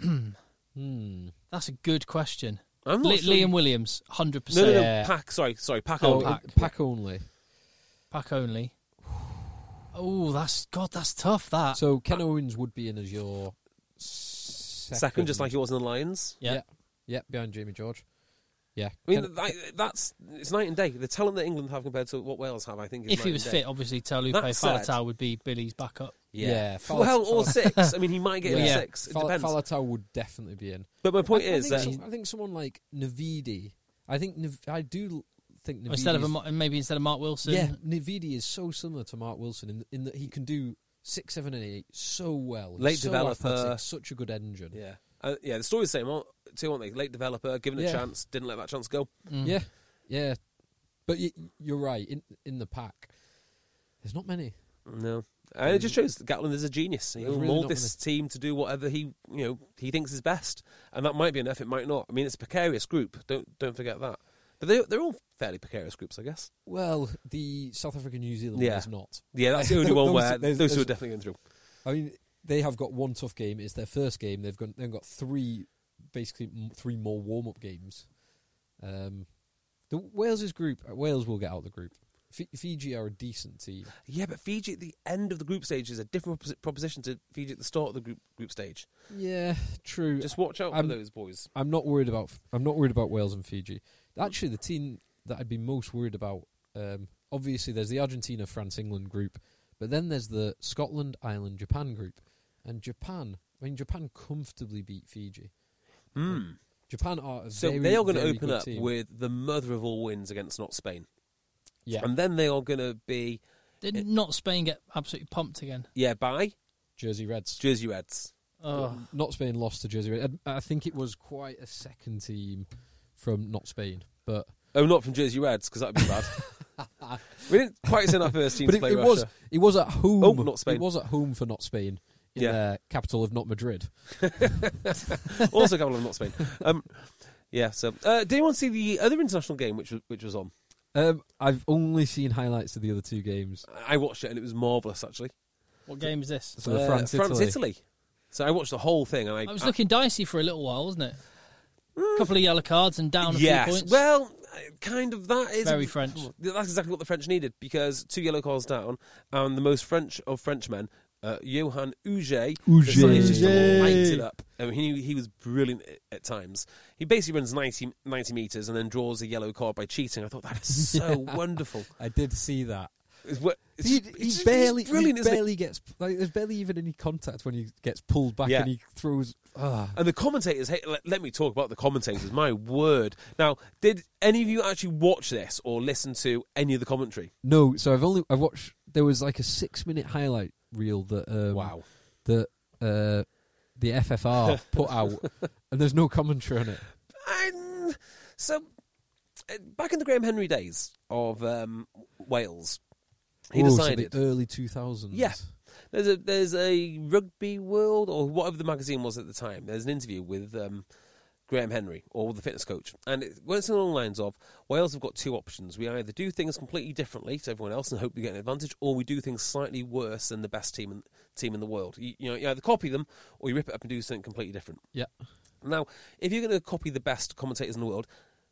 S5: Hmm.
S4: That's a good question.
S3: I'm not
S4: Li-
S3: sure.
S4: Liam Williams, hundred
S3: No, no,
S4: percent.
S3: no.
S5: Yeah.
S3: Pack. Sorry, sorry. Pack.
S5: Oh,
S3: only.
S5: pack. only.
S4: Pack only. Oh, that's God. That's tough. That.
S5: So Ken Owens would be in as your second,
S3: second, just like he was in the Lions.
S4: yeah.
S5: yeah. yeah, behind Jamie George. Yeah,
S3: I mean,
S5: Ken-
S3: that, that's it's night and day. The talent that England have compared to what Wales have, I think, is
S4: If
S3: night
S4: he was
S3: and day.
S4: fit, obviously Talupe
S3: That said-
S4: Falatau would be Billy's backup.
S5: Yeah, Falat-
S3: well, or six. I mean, he might get in
S4: Yeah.
S3: at six. It
S5: Fal-
S3: depends.
S5: Falatau would definitely be in.
S3: But my point
S5: I,
S3: is um,
S5: I
S3: that
S5: think, some- I think someone like Navidi. I think Nav- I do l- think Navidi.
S4: Instead of a, Ma- maybe instead of Mark Wilson.
S5: yeah, Navidi is so similar to Mark Wilson in, in that he can do six, seven, and eight so well. He's
S3: Late
S5: so
S3: developer.
S5: athletic, such a good engine.
S3: yeah, uh, yeah, the story's the same aren't- too, aren't they? Late developer, given a
S5: Yeah.
S3: chance, didn't let that chance go.
S5: Yeah, yeah. But y- you're right. In in the pack, there's not many.
S3: No, and it just shows that Gatlin is a genius. He'll
S5: There's really
S3: mold
S5: not
S3: this team to do whatever he you know he thinks is best, and that might be enough. It might not. I mean, it's a precarious group. Don't don't forget that. But they they're all fairly precarious groups, I guess.
S5: Well, the South African New Zealand
S3: Yeah.
S5: one is not.
S3: Yeah, that's the only one
S5: Those-
S3: where
S5: there's-
S3: those two are
S5: there's-
S3: definitely going through.
S5: I mean, they have got one tough game. It's their first game. They've got they've got three, basically m- three more warm up games. Um, the Wales's group, Wales will get out of the group. F- Fiji are a decent team.
S3: Yeah, but Fiji at the end of the group stage is a different proposi- proposition to Fiji at the start of the group group stage.
S5: Yeah, true.
S3: Just watch out for
S5: I'm-
S3: those boys.
S5: I'm not worried about. I'm not worried about Wales and Fiji. Actually, the team that I'd be most worried about. Um, obviously, there's the Argentina, France, England group, but then there's the Scotland, Ireland, Japan group, and Japan. I mean, Japan comfortably beat Fiji.
S3: Hmm.
S5: Japan are a
S3: So
S5: very,
S3: they are going to
S5: very
S3: open
S5: good
S3: up
S5: team.
S3: with the mother of all wins against not Spain,
S5: yeah,
S3: and then they are going to be
S4: Did not Spain get absolutely pumped again?
S3: yeah by
S5: Jersey Reds. Uh,
S3: Jersey Reds.
S4: Oh,
S5: Not Spain lost to Jersey Reds. I, I think it was quite a second team from not Spain, but
S3: Oh, not from Jersey Reds because that'd be bad. we didn't quite send our first team
S5: but
S3: to
S5: it,
S3: play
S5: it
S3: Russia.
S5: was it was at home.
S3: Oh, not Spain.
S5: It was at home for not Spain in
S3: Yeah.
S5: their capital of not Madrid.
S3: also, a couple of not Spain. Um, yeah. So, uh, did anyone see the other international game which was, which was on?
S5: Um, I've only seen highlights of the other two games.
S3: I watched it and it was marvelous actually. Uh,
S4: what game is this?
S5: So the France, Italy.
S3: So I watched the whole thing and I,
S4: I was looking dicey for a little while, wasn't it? A couple of yellow cards and down a
S3: yes.
S4: few points.
S3: Well, uh, kind of that is
S4: Very French.
S3: That's exactly what the French needed because two yellow cards down and the most French of Frenchmen uh, Johan Uge
S5: Uge.
S3: just
S4: Uge.
S3: lights it up. I mean, he knew he was brilliant a- at times. He basically runs 90, 90 meters and then draws a yellow card by cheating. I thought that is so wonderful.
S5: I did see that.
S3: It's, what- it's,
S5: He,
S3: it's
S5: he
S3: just- it's
S5: barely,
S3: brilliant,
S5: he
S3: isn't it?
S5: barely gets. Like, there's barely even any contact when he gets pulled back
S3: Yeah.
S5: and he throws. Ah,
S3: And the commentators, hey, let, let me talk about the commentators. My word! Now, did any of you actually watch this or listen to any of the commentary?
S5: no, so I've only I've watched. There was like a six minute highlight reel that um, that uh, the FFR put out, and there's no commentary on it.
S3: Um, so, uh, back in the Graham Henry days of um, Wales, he
S5: Whoa, Oh, so
S3: decided
S5: the early two thousands.
S3: Yeah. There's a there's a Rugby World or whatever the magazine was at the time. There's an interview with um, Graham Henry or the fitness coach, and it went along the lines of Wales have got two options. We either do things completely differently to everyone else and hope we get an advantage, or we do things slightly worse than the best team in, team in the world. You, you know, you either copy them or you rip it up and do something completely different.
S5: yeah.
S3: Now, if you're going to copy the best commentators in the world,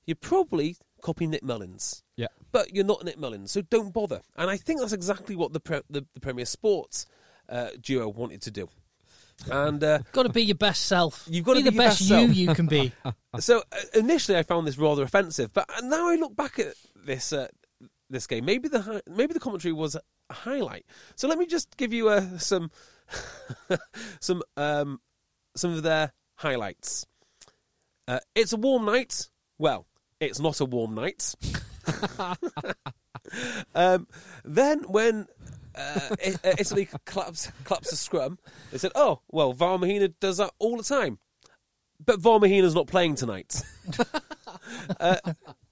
S3: you're probably copying Nick Mullins
S5: Yeah.
S3: but you're not Nick Mullins, so don't bother. And I think that's exactly what the pre- the, the Premier Sports uh, duo wanted to do. And uh,
S4: Got to be your best self.
S3: You've gotta be
S4: be the
S3: your
S4: best,
S3: best
S4: you
S3: self.
S4: you can be.
S3: so uh, initially, I found this rather offensive, but now I look back at this uh, this game. Maybe the hi- maybe the commentary was a highlight. So let me just give you uh, some some um, some of their highlights. Uh, it's a warm night. Well, it's not a warm night. um, then when uh, I- uh, Italy claps claps a scrum, they said, "Oh, well, Varmahina does that all the time." But Varmahina's not playing tonight. uh,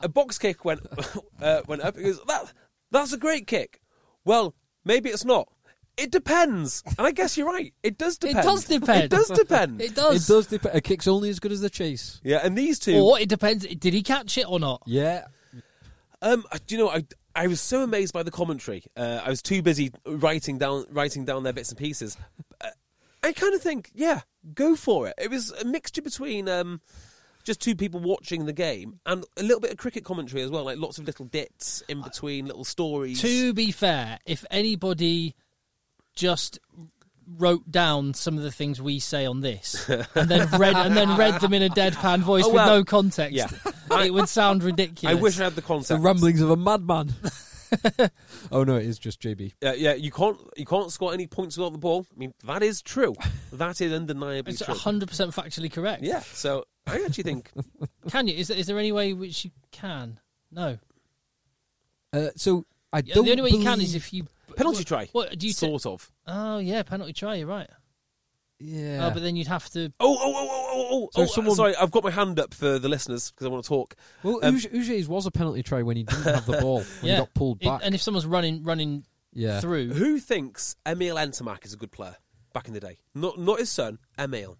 S3: a box kick went uh, went up. He goes, that, "That's a great kick." Well, maybe it's not. It depends, and I guess you're right. It does depend.
S4: does depend.
S3: It does depend.
S4: It
S5: It
S4: does.
S5: does depend. A kick's only as good as the chase.
S3: Yeah, and these two.
S4: Or it depends. Did he catch it or not?
S5: Yeah.
S3: Um, I- do you know I? I was so amazed by the commentary. Uh, I was too busy writing down writing down their bits and pieces. Uh, I kind of think, yeah, go for it. It was a mixture between um, just two people watching the game and a little bit of cricket commentary as well, like lots of little bits in between, little stories.
S4: To be fair, if anybody just wrote down some of the things we say on this and then read and then read them in a deadpan voice
S3: Oh, well,
S4: with no context,
S3: yeah.
S4: it would sound
S3: I
S4: ridiculous.
S3: wish I had the
S5: The
S3: concept.
S5: ramblings of a madman. oh no, it is just JB.
S3: Uh, yeah, you can't you can't score any points without the ball. I mean, that is true. That is undeniably
S4: it's
S3: true.
S4: hundred percent factually correct.
S3: Yeah. So I actually think
S4: Can you? Is there, is there any way which you can? No.
S5: Uh, so I
S4: Yeah,
S5: don't.
S4: the only way you can is
S5: believe-
S4: if you
S3: penalty
S4: what-
S3: try.
S4: What do you? T-
S3: sort of?
S4: oh yeah, penalty try. You're right.
S5: Yeah.
S4: Oh, but then you'd have to.
S3: Oh, oh, oh, oh, oh, oh,
S5: So
S3: oh,
S5: someone-
S3: sorry, I've got my hand up for the listeners because I want to talk.
S5: well,
S3: um,
S5: Uge- Uge's was a penalty try when he didn't have the ball when
S4: yeah.
S5: he got pulled
S4: It-
S5: back.
S4: and if someone's running, running
S5: yeah.
S4: through.
S3: Who thinks Emil Entomac is a good player back in the day? Not not his son, Emil.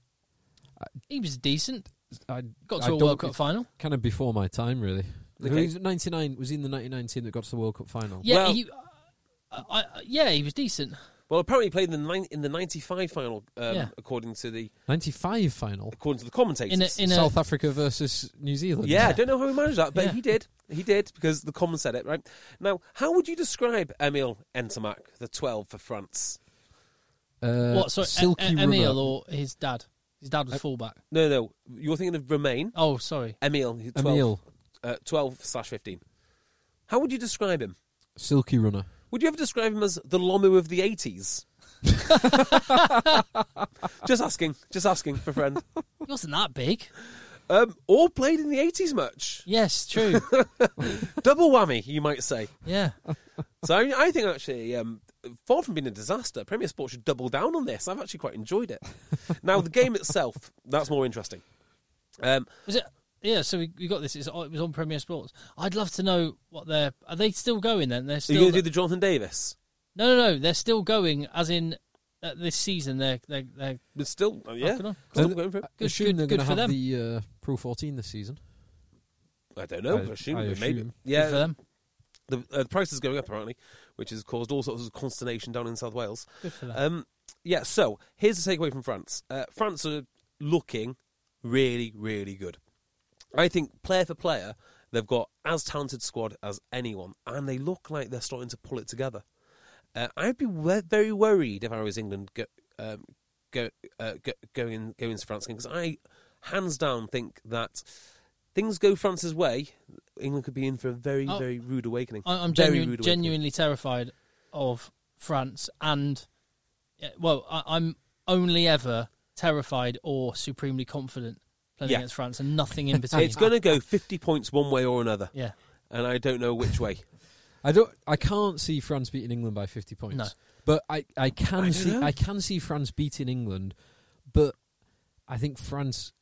S4: He was decent.
S5: I
S4: Got
S5: I
S4: to a
S5: don't-
S4: World Cup final.
S5: Kind of before my time, really.
S3: Okay.
S5: He was 99 was he in the 99 team that got to the World Cup final.
S4: Yeah,
S3: Well-
S4: he, I, I, yeah, he was decent.
S3: Well, apparently he played in the nine, in the ninety five final, um,
S4: Yeah.
S3: according to the
S5: 95 final.
S3: according to the commentators.
S4: In a, in
S5: South
S4: a,
S5: Africa versus New Zealand.
S3: yeah, I don't know how he managed that, but
S4: Yeah.
S3: he did. He did because the comments said it right. Now, how would you describe Emil Entomac, the twelve for France?
S5: Uh,
S4: what? Sorry,
S5: silky
S4: E- E- Emil
S5: rubber.
S4: or his dad. His dad was fullback.
S3: No, no, you're thinking of Romain.
S4: Oh, sorry.
S3: Emil, who's 12,
S5: Emil,
S3: uh, twelve slash fifteen. How would you describe him?
S5: silky runner.
S3: Would you ever describe him as the Lomu of the 80s? just asking, just asking for a friend.
S4: He wasn't that big.
S3: Um, or played in the 80s much.
S4: Yes, true.
S3: Double whammy, you might say.
S4: yeah,
S3: So I, I think actually, um, far from being a disaster, Premier Sport should double down on this. I've actually quite enjoyed it. Now, the game itself, that's more interesting. Um,
S4: was it? Yeah, so we, we got this. It's, on- it was on Premier Sports. I'd love to know what they're. Are they still going? Then they're
S3: are you going
S4: still.
S3: to do the Jonathan Davis?
S4: no, no, no. They're still going. As in, uh, this season they're they're, they're
S3: But still, uh, yeah.
S4: Good on.
S3: Still going for it.
S4: Good-
S5: Assume
S4: good-
S5: they're
S4: good
S5: going to
S4: for
S5: have
S4: them.
S5: the uh, Pro 14 this season.
S3: I don't know.
S5: I-
S3: I, assume,
S5: I
S3: but maybe.
S5: assume.
S4: good for
S3: Yeah,
S4: them.
S3: the, uh, the price is going up apparently, which has caused all sorts of consternation down in South Wales.
S4: Good for them.
S3: Um, yeah, so here's the takeaway from France. Uh, France are looking really, really good. I think player for player, they've got as talented squad as anyone, and they look like they're starting to pull it together. Uh, I'd be we- very worried if I was England go, um, go, uh, go, going going to France because I, hands down, think that things go France's way, England could be in for a very
S4: Oh.
S3: very rude awakening.
S4: I, I'm
S3: Very
S4: genuine,
S3: rude awakening.
S4: genuinely terrified of France, and yeah, well, I, I'm only ever terrified or supremely confident playing
S3: Yeah.
S4: against France, and nothing in between.
S3: It's going to go fifty points one way or another,
S4: yeah,
S3: and I don't know which way.
S5: I don't. I can't see France beating England by fifty points.
S4: No.
S5: but I, I can
S3: I don't
S5: see
S3: know.
S5: I can see France beating England, but I think France.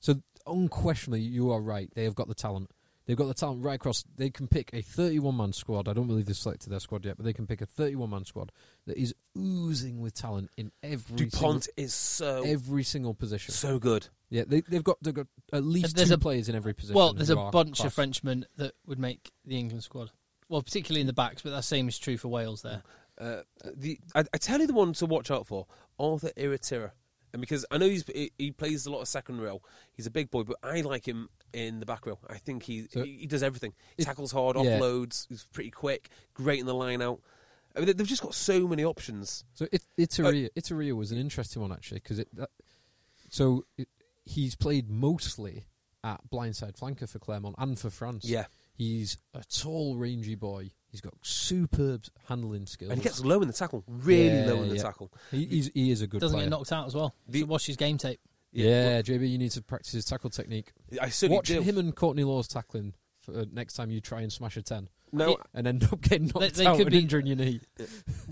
S5: So unquestionably, you are right. They have got the talent. They've got the talent right across. They can pick a thirty-one man squad. I don't believe they've selected their squad yet, but they can pick a thirty-one man squad that is oozing with talent in every
S3: Dupont
S5: single,
S3: is so
S5: every single position.
S3: so good.
S5: yeah, they, they've got they've got at least
S4: There's
S5: two
S4: a-
S5: players in every position.
S4: well, there's a
S5: who are
S4: bunch of
S5: class.
S4: Frenchmen that would make the England squad. Well, particularly in the backs, but that same is true for Wales. There,
S3: Uh, the I, I tell you the one to watch out for Arthur Iratira, and because I know he's he, he plays a lot of second row. He's a big boy, but I like him in the back row. I think he
S5: So-
S3: he, he does everything. He
S5: It-
S3: tackles hard,
S5: yeah.
S3: offloads. He's pretty quick, great in the line out. I mean, they- they've just got so many options.
S5: So it,
S3: Uh,
S5: Itaria, Itaria was an interesting one actually because it. That, so it, he's played mostly at blindside flanker for Clermont and for France.
S3: Yeah,
S5: he's a tall, rangy boy. He's got superb handling skills.
S3: and he gets low in the tackle, really
S5: Yeah,
S3: low in the
S5: yeah.
S3: tackle.
S5: He- he's, he is a good
S4: doesn't
S5: player.
S4: get knocked out as well.
S3: The-
S4: so watch his game tape.
S5: yeah, JB, you need to practice his tackle technique.
S3: I certainly
S5: Watch
S3: do.
S5: him and Courtney Law's tackling for, uh, next time you try and smash a ten
S3: No,
S5: and end up getting knocked
S4: They- they
S5: out
S4: could
S5: and
S4: be-
S5: injuring your knee.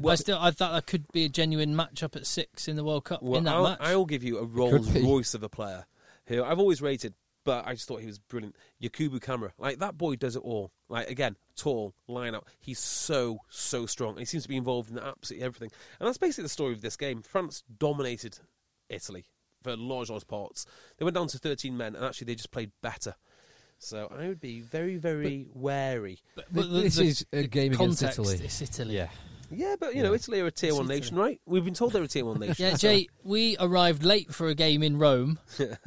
S4: I still, I thought that could be a genuine matchup at six in the World Cup
S3: Well,
S4: in that
S3: I'll,
S4: match.
S3: I'll give you a Rolls
S5: be.
S3: Royce of a player who I've always rated, but I just thought he was brilliant. Yakubu Camera, like that boy does it all. Like again, tall, line up. He's so so strong, and he seems to be involved in absolutely everything. And that's basically the story of this game. France dominated Italy for large large parts. They went down to thirteen men, and actually they just played better. So I would be very very wary.
S4: But
S5: This is a game against
S4: context,
S5: Italy.
S4: It's Italy.
S3: Yeah, but you know Italy are a tier
S4: It's
S3: one
S4: Italy.
S3: nation, right? We've been told they're a tier one nation.
S4: Yeah,
S3: so-
S4: Jay, we arrived late for a game in Rome,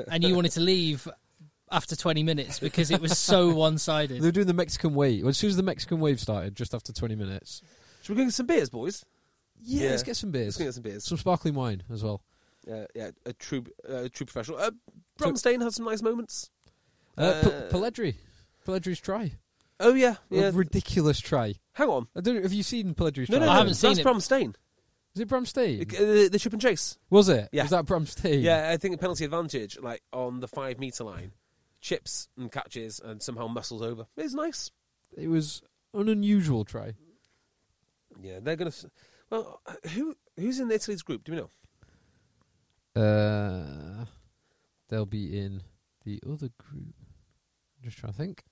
S4: and you wanted to leave after 20 minutes because it was so
S5: They were
S4: one-sided.
S5: doing the Mexican wave. As soon as the Mexican wave started, just after twenty minutes.
S3: Should we go get some beers, boys?
S5: Yeah,
S3: Yeah.
S5: let's get some beers.
S3: Let's go get some beers.
S5: Some sparkling wine as well.
S3: uh, yeah, a true, uh, true professional. Uh, Bromstein had some nice moments.
S5: Uh,
S3: Uh,
S5: P- Pelledri. Pelledri's try.
S3: Oh yeah, yeah.
S5: A ridiculous try.
S3: Hang on,
S5: I don't know, have you seen Pelledri's
S3: no, no,
S5: try?
S3: no.
S4: I haven't seen
S3: That's
S4: it.
S3: Bromstein.
S5: Is it Bram Steen?
S3: Uh, The, the chip and chase.
S5: Was it?
S3: Yeah.
S5: Was that Bram Steen?
S3: Yeah, I think a penalty advantage, like on the five meter line, chips and catches, and somehow muscles over. It's nice.
S5: It was an unusual try.
S3: Yeah, they're gonna. s- Well, uh, who who's in Italy's group? Do we know?
S5: Uh, they'll be in the other group. Just trying to think.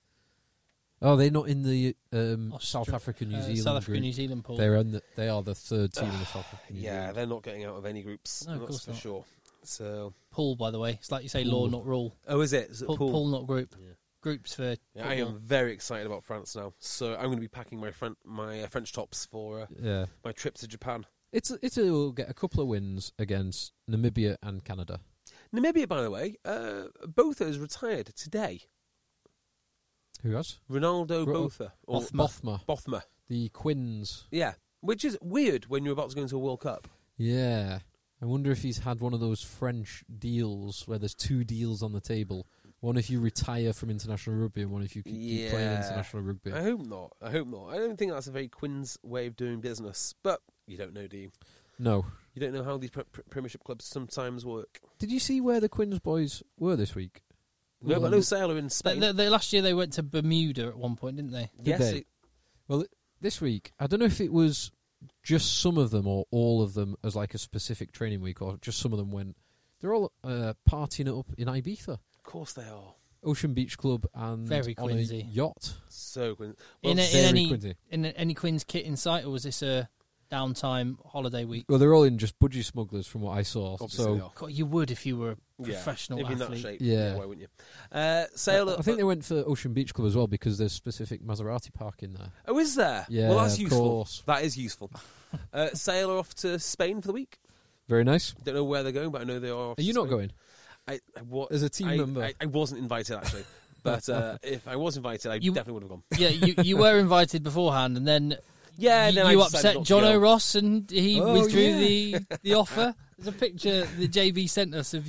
S5: Oh, they're not in the um,
S4: Austria-
S5: South Africa, New
S4: Uh,
S5: Zealand
S4: South Africa,
S5: group.
S4: New Zealand pool.
S5: They're in the, they are the third team in the South Africa. New
S3: Yeah,
S5: Zealand.
S3: they're not getting out of any groups.
S4: No, of
S3: that's
S4: course
S3: for
S4: not.
S3: sure. So,
S4: Pool, by the way. It's like you say, law,
S5: Pool.
S4: not rule.
S3: oh, is it? Is it
S4: Pool,
S3: Paul?
S4: pool, not group. Groups for...
S3: Yeah, I am very excited about France now. So I'm going to be packing my French my uh, French tops for uh,
S5: yeah.
S3: my trip to Japan.
S5: It's Italy will get a couple of wins against Namibia and Canada.
S3: Namibia, by the way, uh, Botha is retired today.
S5: Who has?
S3: Ronaldo
S5: Ro-
S3: Botha. Or
S4: Bothma.
S5: Bothma.
S3: Bothma.
S5: The Quins.
S3: Yeah. Which is weird when you're about to go into a World Cup.
S5: Yeah. I wonder if he's had one of those French deals where there's two deals on the table. One if you retire from international rugby and one if you keep, keep playing
S3: Yeah. Eh?
S5: international rugby.
S3: I hope not. I hope not. I don't think that's a very Quinn's way of doing business. But you don't know, do you?
S5: No.
S3: You don't know how these pre- pre- Premiership clubs sometimes work.
S5: Did you see where the Quins boys were this week?
S3: No,
S5: Well,
S3: but no sailor in
S4: They,
S3: Spain.
S4: they, they- last year they went to Bermuda at one point, didn't they?
S3: yes,
S5: they?
S3: it-
S5: Well, this week, I don't know if it was just some of them or all of them as like a specific training week or just some of them went. They're all uh, partying it up in Ibiza,
S3: of course they are.
S5: Ocean Beach Club, and
S4: Very
S5: on a
S4: Quincy.
S5: yacht.
S3: So Quinn.
S4: in, a, in
S5: very
S4: any
S5: Quincy.
S4: in a- any Quinn's kit in sight, or was this a downtime holiday week?
S5: Well, they're all in just budgie smugglers from what I saw.
S3: Obviously
S5: so
S3: they are.
S4: God, you would if you were a
S3: Yeah,
S4: professional
S3: if you're in that
S4: athlete.
S3: shape,
S5: Yeah.
S3: yeah. Why wouldn't you? Uh, sailor.
S5: I think they went for Ocean Beach Club as well because there's specific Maserati park in there.
S3: Oh, is there?
S5: Yeah,
S3: well, that's
S5: of
S3: useful.
S5: course.
S3: That is useful. Uh, sailor off to Spain for the week.
S5: Very nice.
S3: Don't know where they're going, but I know they are. off
S5: Are
S3: to
S5: you not
S3: Spain.
S5: going?
S3: I, I wa-
S5: As a team
S3: I-
S5: member?
S3: I, I wasn't invited actually, but uh, if I was invited, I
S4: You-
S3: definitely would have gone.
S4: yeah, you, you were invited beforehand, and then
S3: Yeah,
S4: you,
S3: then I
S4: you
S3: decided
S4: upset
S3: not to
S4: John
S3: go.
S4: O'Ross and he
S5: Oh,
S4: withdrew
S5: yeah.
S4: the, the offer. There's a picture that JB sent us of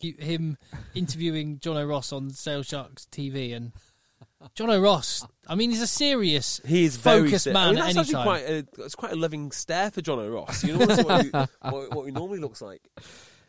S4: you- him interviewing John O'Ross on Sales Sharks TV and John O'Ross. I mean, he's a serious,
S3: He is very
S4: focused
S3: sick. I
S4: man
S3: mean, that's
S4: at any
S3: actually
S4: time.
S3: quite a, it's quite a loving stare for John O'Ross. You know that's what, he, what, what he normally looks like.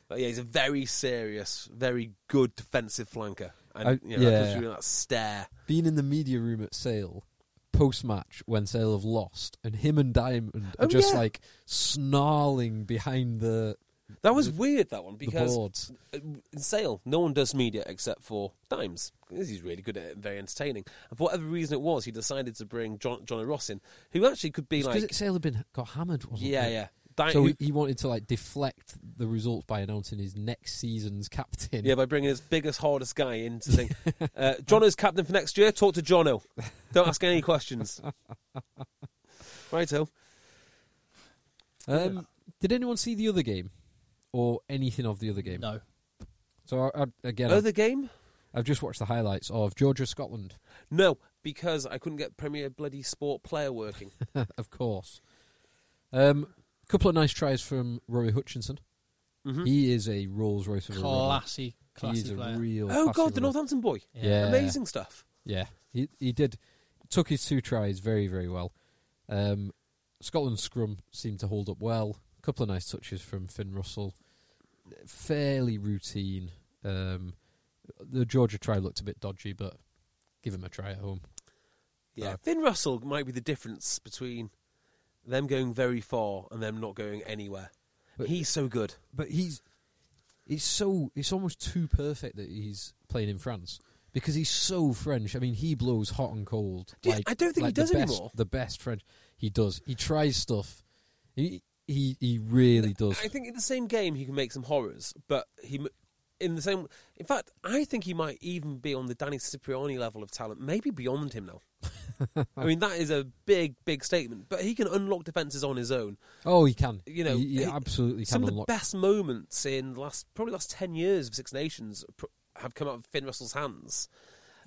S3: But yeah, he's a very serious, very good defensive flanker. And
S5: I-
S3: you know, that's
S5: Oh, yeah.
S3: just really that stare.
S5: Being in the media room at Sale post match when Sale have lost, and him and Diamond
S3: Oh,
S5: are just
S3: yeah.
S5: like snarling behind the,
S3: That was weird that one
S5: the
S3: because
S5: boards.
S3: uh, in Sale, no one does media except for Dimes. 'cause He's really good at it and very entertaining. And for whatever reason it was, he decided to bring John, John O'Ross in, who actually could be
S5: It's 'cause
S3: like,
S5: Sale had been got hammered, wasn't
S3: yeah,
S5: it?
S3: yeah. Di-
S5: So
S3: who-
S5: he, he wanted to like deflect the results by announcing his next season's captain.
S3: Yeah, by bringing his biggest, hardest guy in to think. uh, Jono's captain for next year. Talk to Jono. Don't ask any questions. Righto.
S5: Um, Did anyone see the other game or anything of the other game?
S4: No,
S5: So I, I, again,
S3: Other game?
S5: I've, I've just watched the highlights of Georgia Scotland,
S3: No, because I couldn't get Premier Bloody Sport player working.
S5: of course. Um, couple of nice tries from Rory Hutchinson. He is a Rolls Royce of a runner.
S4: classy,
S5: He
S4: classy
S5: is a
S4: player.
S5: real.
S3: oh, God,
S5: classy
S3: the
S5: runner.
S3: Northampton boy.
S5: Yeah.
S3: Amazing stuff.
S5: Yeah, he he did took his two tries very very well. Um, Scotland's scrum seemed to hold up well. A couple of nice touches from Finn Russell. Fairly routine. Um, the Georgia try looked a bit dodgy, but give him a try at home.
S3: Yeah.
S5: Uh,
S3: Finn Russell might be the difference between them going very far and them not going anywhere.
S5: But-
S3: He's so good.
S5: But he's it's so it's almost too perfect that he's playing in France because he's so French. I mean, he blows hot and cold.
S3: Do you- I don't think he does
S5: the best,
S3: anymore.
S5: The best French. He does. He tries stuff. He he, he really does.
S3: I think in the same game he can make some horrors, but he m- in the same. In fact, I think he might even be on the Danny Cipriani level of talent, maybe beyond him now. I mean, that is a big, big statement. But he can unlock defenses on his own.
S5: Oh, he can.
S3: You know,
S5: he, he
S3: he-
S5: absolutely
S3: some
S5: can
S3: of the
S5: unlock.
S3: best moments in the last probably last ten years of Six Nations pr- have come out of Finn Russell's hands.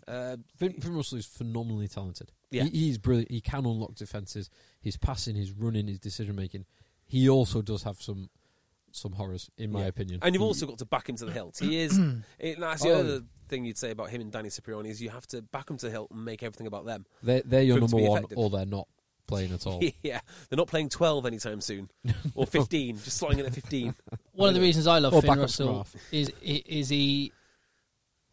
S3: Uh,
S5: Finn, Finn Russell is phenomenally talented.
S3: Yeah.
S5: He, he's brilliant. He can unlock defenses. His passing, his running, his decision making. He also does have some some horrors, in my
S3: Yeah.
S5: opinion.
S3: And you've
S5: He-
S3: also got to back him to the hilt. He is. it, that's the
S5: Oh.
S3: other thing you'd say about him and Danny Cipriani is you have to back him to the hilt and make everything about them.
S5: they're, they're your
S3: for him to
S5: number
S3: be
S5: one,
S3: effective.
S5: or they're not playing at all.
S3: yeah, they're not playing 12 anytime soon. Or 15, just slotting in at 15.
S4: One of the reasons I love
S5: Or
S4: Finn
S5: backup
S4: Russell
S5: half.
S4: is is he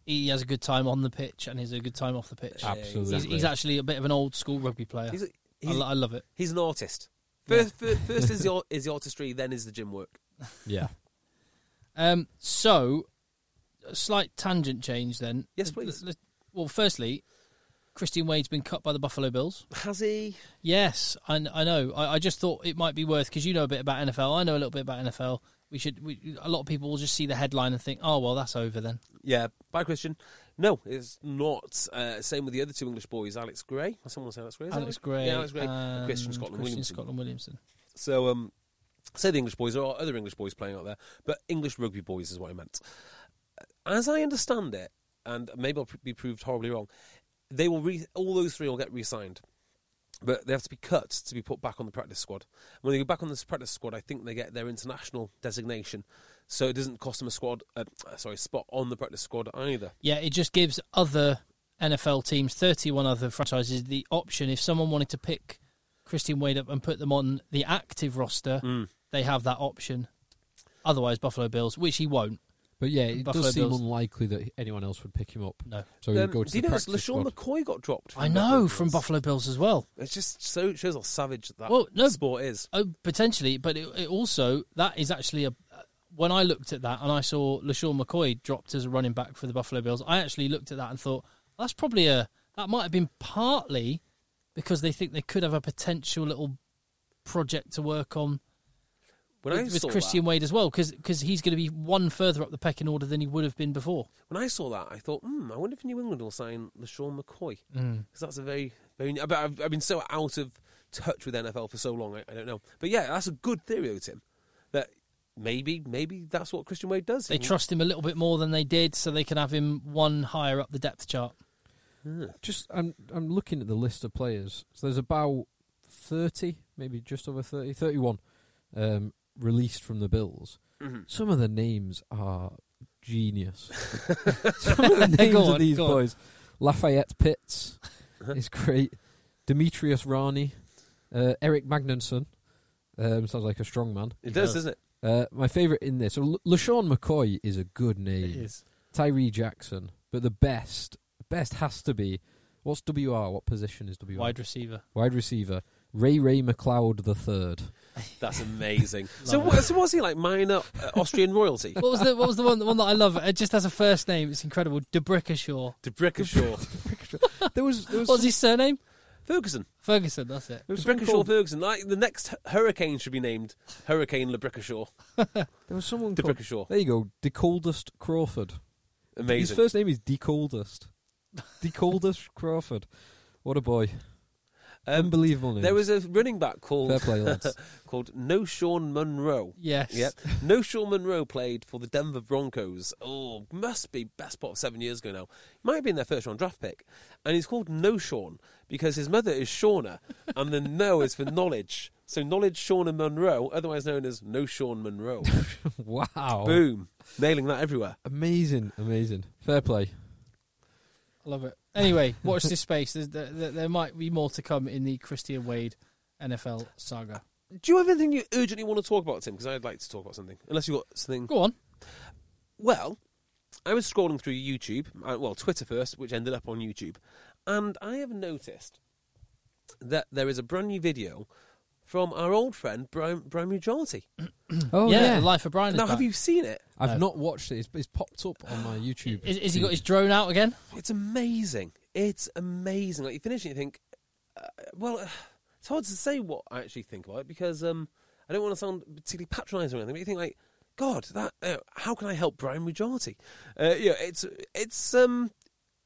S4: he has a good time on the pitch and he's a good time off the pitch.
S5: Absolutely.
S4: He's, he's actually a bit of an old school rugby player.
S3: He's, a-
S4: I
S3: he's,
S4: lo- I love it.
S3: he's an artist. First, fir- first is, the, ar- is the artistry, then is the gym work.
S5: yeah.
S4: Um, so, a slight tangent change then.
S3: Yes,
S4: Let-
S3: please.
S4: let- well, firstly, Christian Wade's been cut by the Buffalo Bills.
S3: Has he?
S4: Yes, I, kn- I know. I, I just thought it might be worth because you know a bit about NFL. I know a little bit about NFL. We should. We, a lot of people will just see the headline and think, "Oh well, that's over then."
S3: Yeah. Bye, Christian. No, it's not. Uh, same with the other two English boys, Alex Gray. Someone say Alex Gray. Is it
S4: Alex Gray,
S3: Yeah, Alex Gray.
S4: and
S3: and Christian Scotland
S4: Christian
S3: Williamson.
S4: Scotland Williamson.
S3: So, um, say the English boys, there are other English boys playing out there, but English rugby boys is what I meant. As I understand it, and maybe I'll be proved horribly wrong, they will re- all those three will get re-signed, but they have to be cut to be put back on the practice squad. When they go back on this practice squad, I think they get their international designation, so it doesn't cost them a squad, uh, sorry, spot on the practice squad either.
S4: Yeah, it just gives other NFL teams, 31 other franchises, the option if someone wanted to pick Christian Wade up and put them on the active roster, they have that option. Otherwise, Buffalo Bills, which he won't.
S5: But yeah, it
S4: Buffalo
S5: does seem
S4: Bills.
S5: unlikely that anyone else would pick him up.
S4: No.
S5: So he'd
S3: Um,
S5: go to
S3: do you
S5: the
S3: notice
S5: practice
S3: LaShawn
S5: squad.
S3: McCoy got dropped?
S4: I know from
S3: Bills?
S4: Buffalo Bills as well.
S3: It's just so shows how savage that
S4: Well, no.
S3: sport is.
S4: Oh, potentially, but it, it also that is actually a. When I looked at that and I saw LaShawn McCoy dropped as a running back for the Buffalo Bills, I actually looked at that and thought that's probably a that might have been partly because they think they could have a potential little project to work on
S3: When I
S4: with, with
S3: saw
S4: Christian
S3: that,
S4: Wade as well because he's going to be one further up the pecking order than he would have been before.
S3: when I saw that, I thought, hmm, I wonder if New England will sign LaShawn McCoy because
S5: Mm.
S3: that's a very, very. But I've, I've been so out of touch with NFL for so long, I, I don't know. But yeah, that's a good theory, though, Tim. That maybe, maybe that's what Christian Wade does.
S4: They
S3: He-
S4: trust him a little bit more than they did, so they can have him one higher up the depth chart.
S5: Just I'm I'm looking at the list of players. So there's about 30, maybe just over 30, 31 um, released from the Bills.
S4: Mm-hmm.
S5: Some of the names are genius. Some of the names
S4: Go
S5: of
S4: on,
S5: these
S4: go on. Uh-huh.
S5: boys. Lafayette Pitts is great. Demetrius Rani, uh, Eric Magnusson. Um, sounds like a strong man.
S3: It does, doesn't it?
S5: Uh, my favourite in this, so L- LaShawn McCoy is a good name. Tyree Jackson, but the best, best has to be what's WR? What position is WR?
S4: wide receiver.
S5: Wide receiver. Ray Ray McLeod the third.
S3: That's amazing. so, what, so was he like minor uh, Austrian royalty?
S4: What was the what was the one the one that I love? It just has a first name. It's incredible. Debrickashaw.
S3: De Brickashaw
S5: There was there was,
S4: What was his surname?
S3: Ferguson.
S4: Ferguson. That's it.
S5: there was someone
S3: Brickashaw
S5: called,
S3: Ferguson. Like the next hurricane should be named Hurricane Lebrickashaw.
S5: there was someone
S3: De
S5: called,
S3: Brickashaw.
S5: There you go, DeColdest Crawford. His
S3: Amazing.
S5: first name is DeColdest. DeColdest Crawford. What a boy!
S3: Um,
S5: Unbelievable name.
S3: there was a running back
S5: fair
S3: called
S5: play, lads.
S3: called No Sean Monroe.
S4: Yes.
S3: Yep. No Sean Monroe played for the Denver Broncos. Oh, must be best part of seven years ago now. Might have been their first round draft pick. And he's called No Sean because his mother is Shauna and the no is for knowledge. So knowledge Shauna Monroe, otherwise known as No Sean Monroe.
S5: wow!
S3: Boom. Nailing that everywhere.
S5: Amazing, amazing. Fair play.
S4: I love it. Anyway, watch this space. There's, there, there there might be more to come in the Christian Wade NFL saga.
S3: Do you have anything you urgently want to talk about, Tim? Because I'd like to talk about something. Unless you've got something
S4: Go on.
S3: Well, I was scrolling through YouTube, uh, well, Twitter first, which ended up on YouTube, and I have noticed that there is a brand new video from our old friend Brian, Brian Mujarty.
S5: Oh
S4: yeah, the Life of Brian. Is,
S3: now,
S4: back.
S3: have you seen it?
S5: I've not watched it. It's, it's popped up on my YouTube.
S4: Is, is he
S5: feed.
S4: got his drone out again?
S3: It's amazing. It's amazing. Like you finish it, you think, uh, well, uh, it's hard to say what I actually think about it because um, I don't want to sound particularly patronising or anything. But you think like, God, that uh, how can I help Brian Mujarty? Uh, yeah, it's it's um,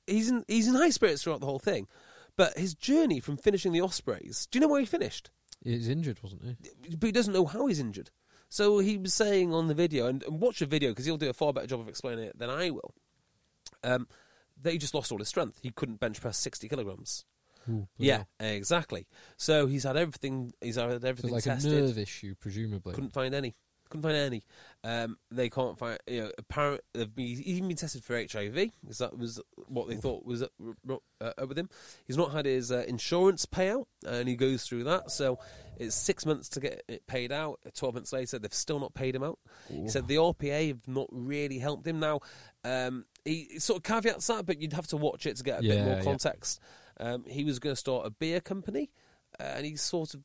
S3: he's in he's in high spirits throughout the whole thing, but his journey from finishing the Ospreys. Do you know where he finished?
S5: He was injured, wasn't he?
S3: but he doesn't know how he's injured. So he was saying on the video, and, and watch the video because he'll do a far better job of explaining it than I will. Um, that he just lost all his strength. He couldn't bench press sixty kilograms. yeah, exactly. So he's had everything. He's had
S5: So
S3: everything
S5: like
S3: tested.
S5: a nerve issue, presumably.
S3: Couldn't find any. Couldn't find any. Um, they can't find. You know, apparent. They've been, he's even been tested for HIV because that was what they thought was up, uh, up with him. He's not had his uh, insurance payout, and he goes through that. So it's six months to get it paid out. Twelve months later, they've still not paid him out. He said the RPA have not really helped him. Now, um, he he sort of caveats that, but you'd have to watch it to get a bit
S5: Yeah,
S3: more
S5: yeah.
S3: context. Um, he was going to start a beer company, uh, and he sort of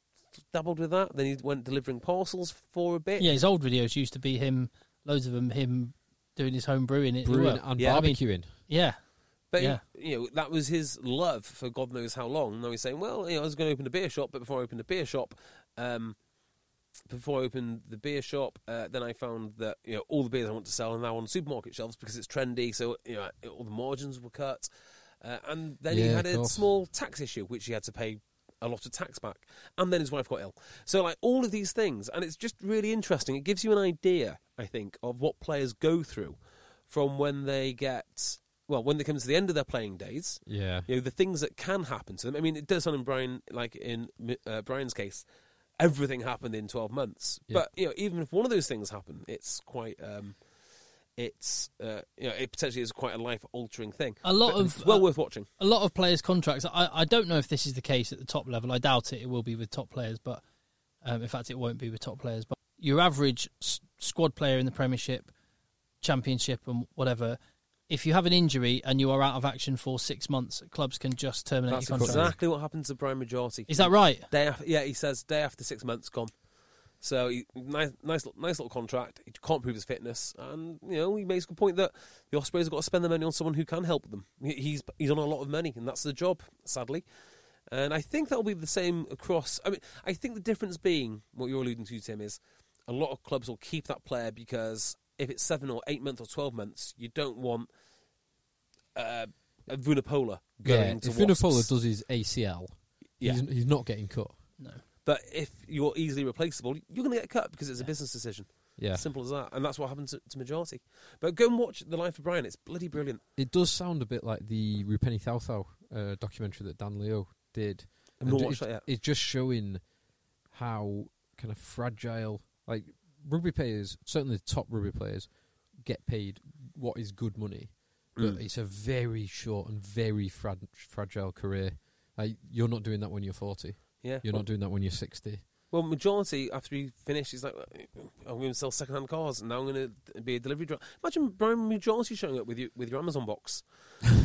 S3: dabbled with that. Then he went delivering parcels for a bit.
S4: Yeah, his old videos used to be him. Loads of them. Him doing his home brewing. It
S5: Brewing and
S3: Yeah, I mean-
S5: barbecuing.
S4: yeah.
S3: But
S4: Yeah.
S3: you know that was his love for God knows how long. Now he's saying, "Well, you know, I was going to open a beer shop, but before I opened a beer shop, um, before I opened the beer shop, uh, then I found that you know all the beers I want to sell are now on supermarket shelves because it's trendy. So you know all the margins were cut, uh, and then he
S5: Yeah,
S3: had
S5: of
S3: a
S5: course.
S3: small tax issue which he had to pay a lot of tax back, and then his wife got ill. So like all of these things, and it's just really interesting. It gives you an idea, I think, of what players go through from when they get well when they come to the end of their playing days
S5: Yeah.
S3: you know the things that can happen to them. I mean, it does sound in Brian, like in uh, Brian's case, everything happened in twelve months.
S5: Yeah.
S3: But you know, even if one of those things happened, it's quite um, it's uh, you know it potentially is quite a life altering thing.
S4: A lot
S3: But
S4: of,
S3: it's well
S4: uh,
S3: worth watching.
S4: a lot of players' contracts. I, I don't know if this is the case at the top level. I doubt it. It will be with top players, but um, in fact, it won't be with top players. But your average s- squad player in the Premiership, Championship, and whatever, if you have an injury and you are out of action for six months, clubs can just terminate
S3: That's
S4: your contract.
S3: exactly what happened to Brian Majority.
S4: Is that right?
S3: Day af yeah, he says day after six months gone. So he, nice, nice, little- nice little contract. He can't prove his fitness, and you know he makes a good point that the Ospreys have got to spend their money on someone who can help them. He- He's he's on a lot of money, and that's the job, sadly. And I think that'll be the same across. I mean, I think the difference being what you're alluding to, Tim, is a lot of clubs will keep that player because if it's seven or eight months or twelve months, you don't want uh, a Vunapola
S5: Yeah,
S3: going to
S5: if Vunipola
S3: Wasps.
S5: does his ACL,
S3: Yeah.
S5: he's, he's not getting cut.
S3: But if you're easily replaceable, you're going to get cut because it's a business decision.
S5: Yeah.
S3: Simple as that. And that's what happened to, to Majority. But go and watch The Life of Brian. It's bloody brilliant.
S5: It does sound a bit like the Rupeni Thalthau uh, documentary that Dan Leo did.
S3: I've not
S5: And
S3: watched
S5: it-
S3: that yet.
S5: It's just showing how kind of fragile, like rugby players, certainly the top rugby players, get paid what is good money, but
S3: Mm.
S5: it's a very short and very frag- fragile career. Like you're not doing that when you're 40.
S3: Yeah.
S5: You're
S3: well,
S5: not doing that when you're 60.
S3: well, Majority, after he finished, he's like, I'm going to sell second-hand cars and now I'm going to be a delivery driver. Imagine Brian Majority showing up with you with your Amazon box.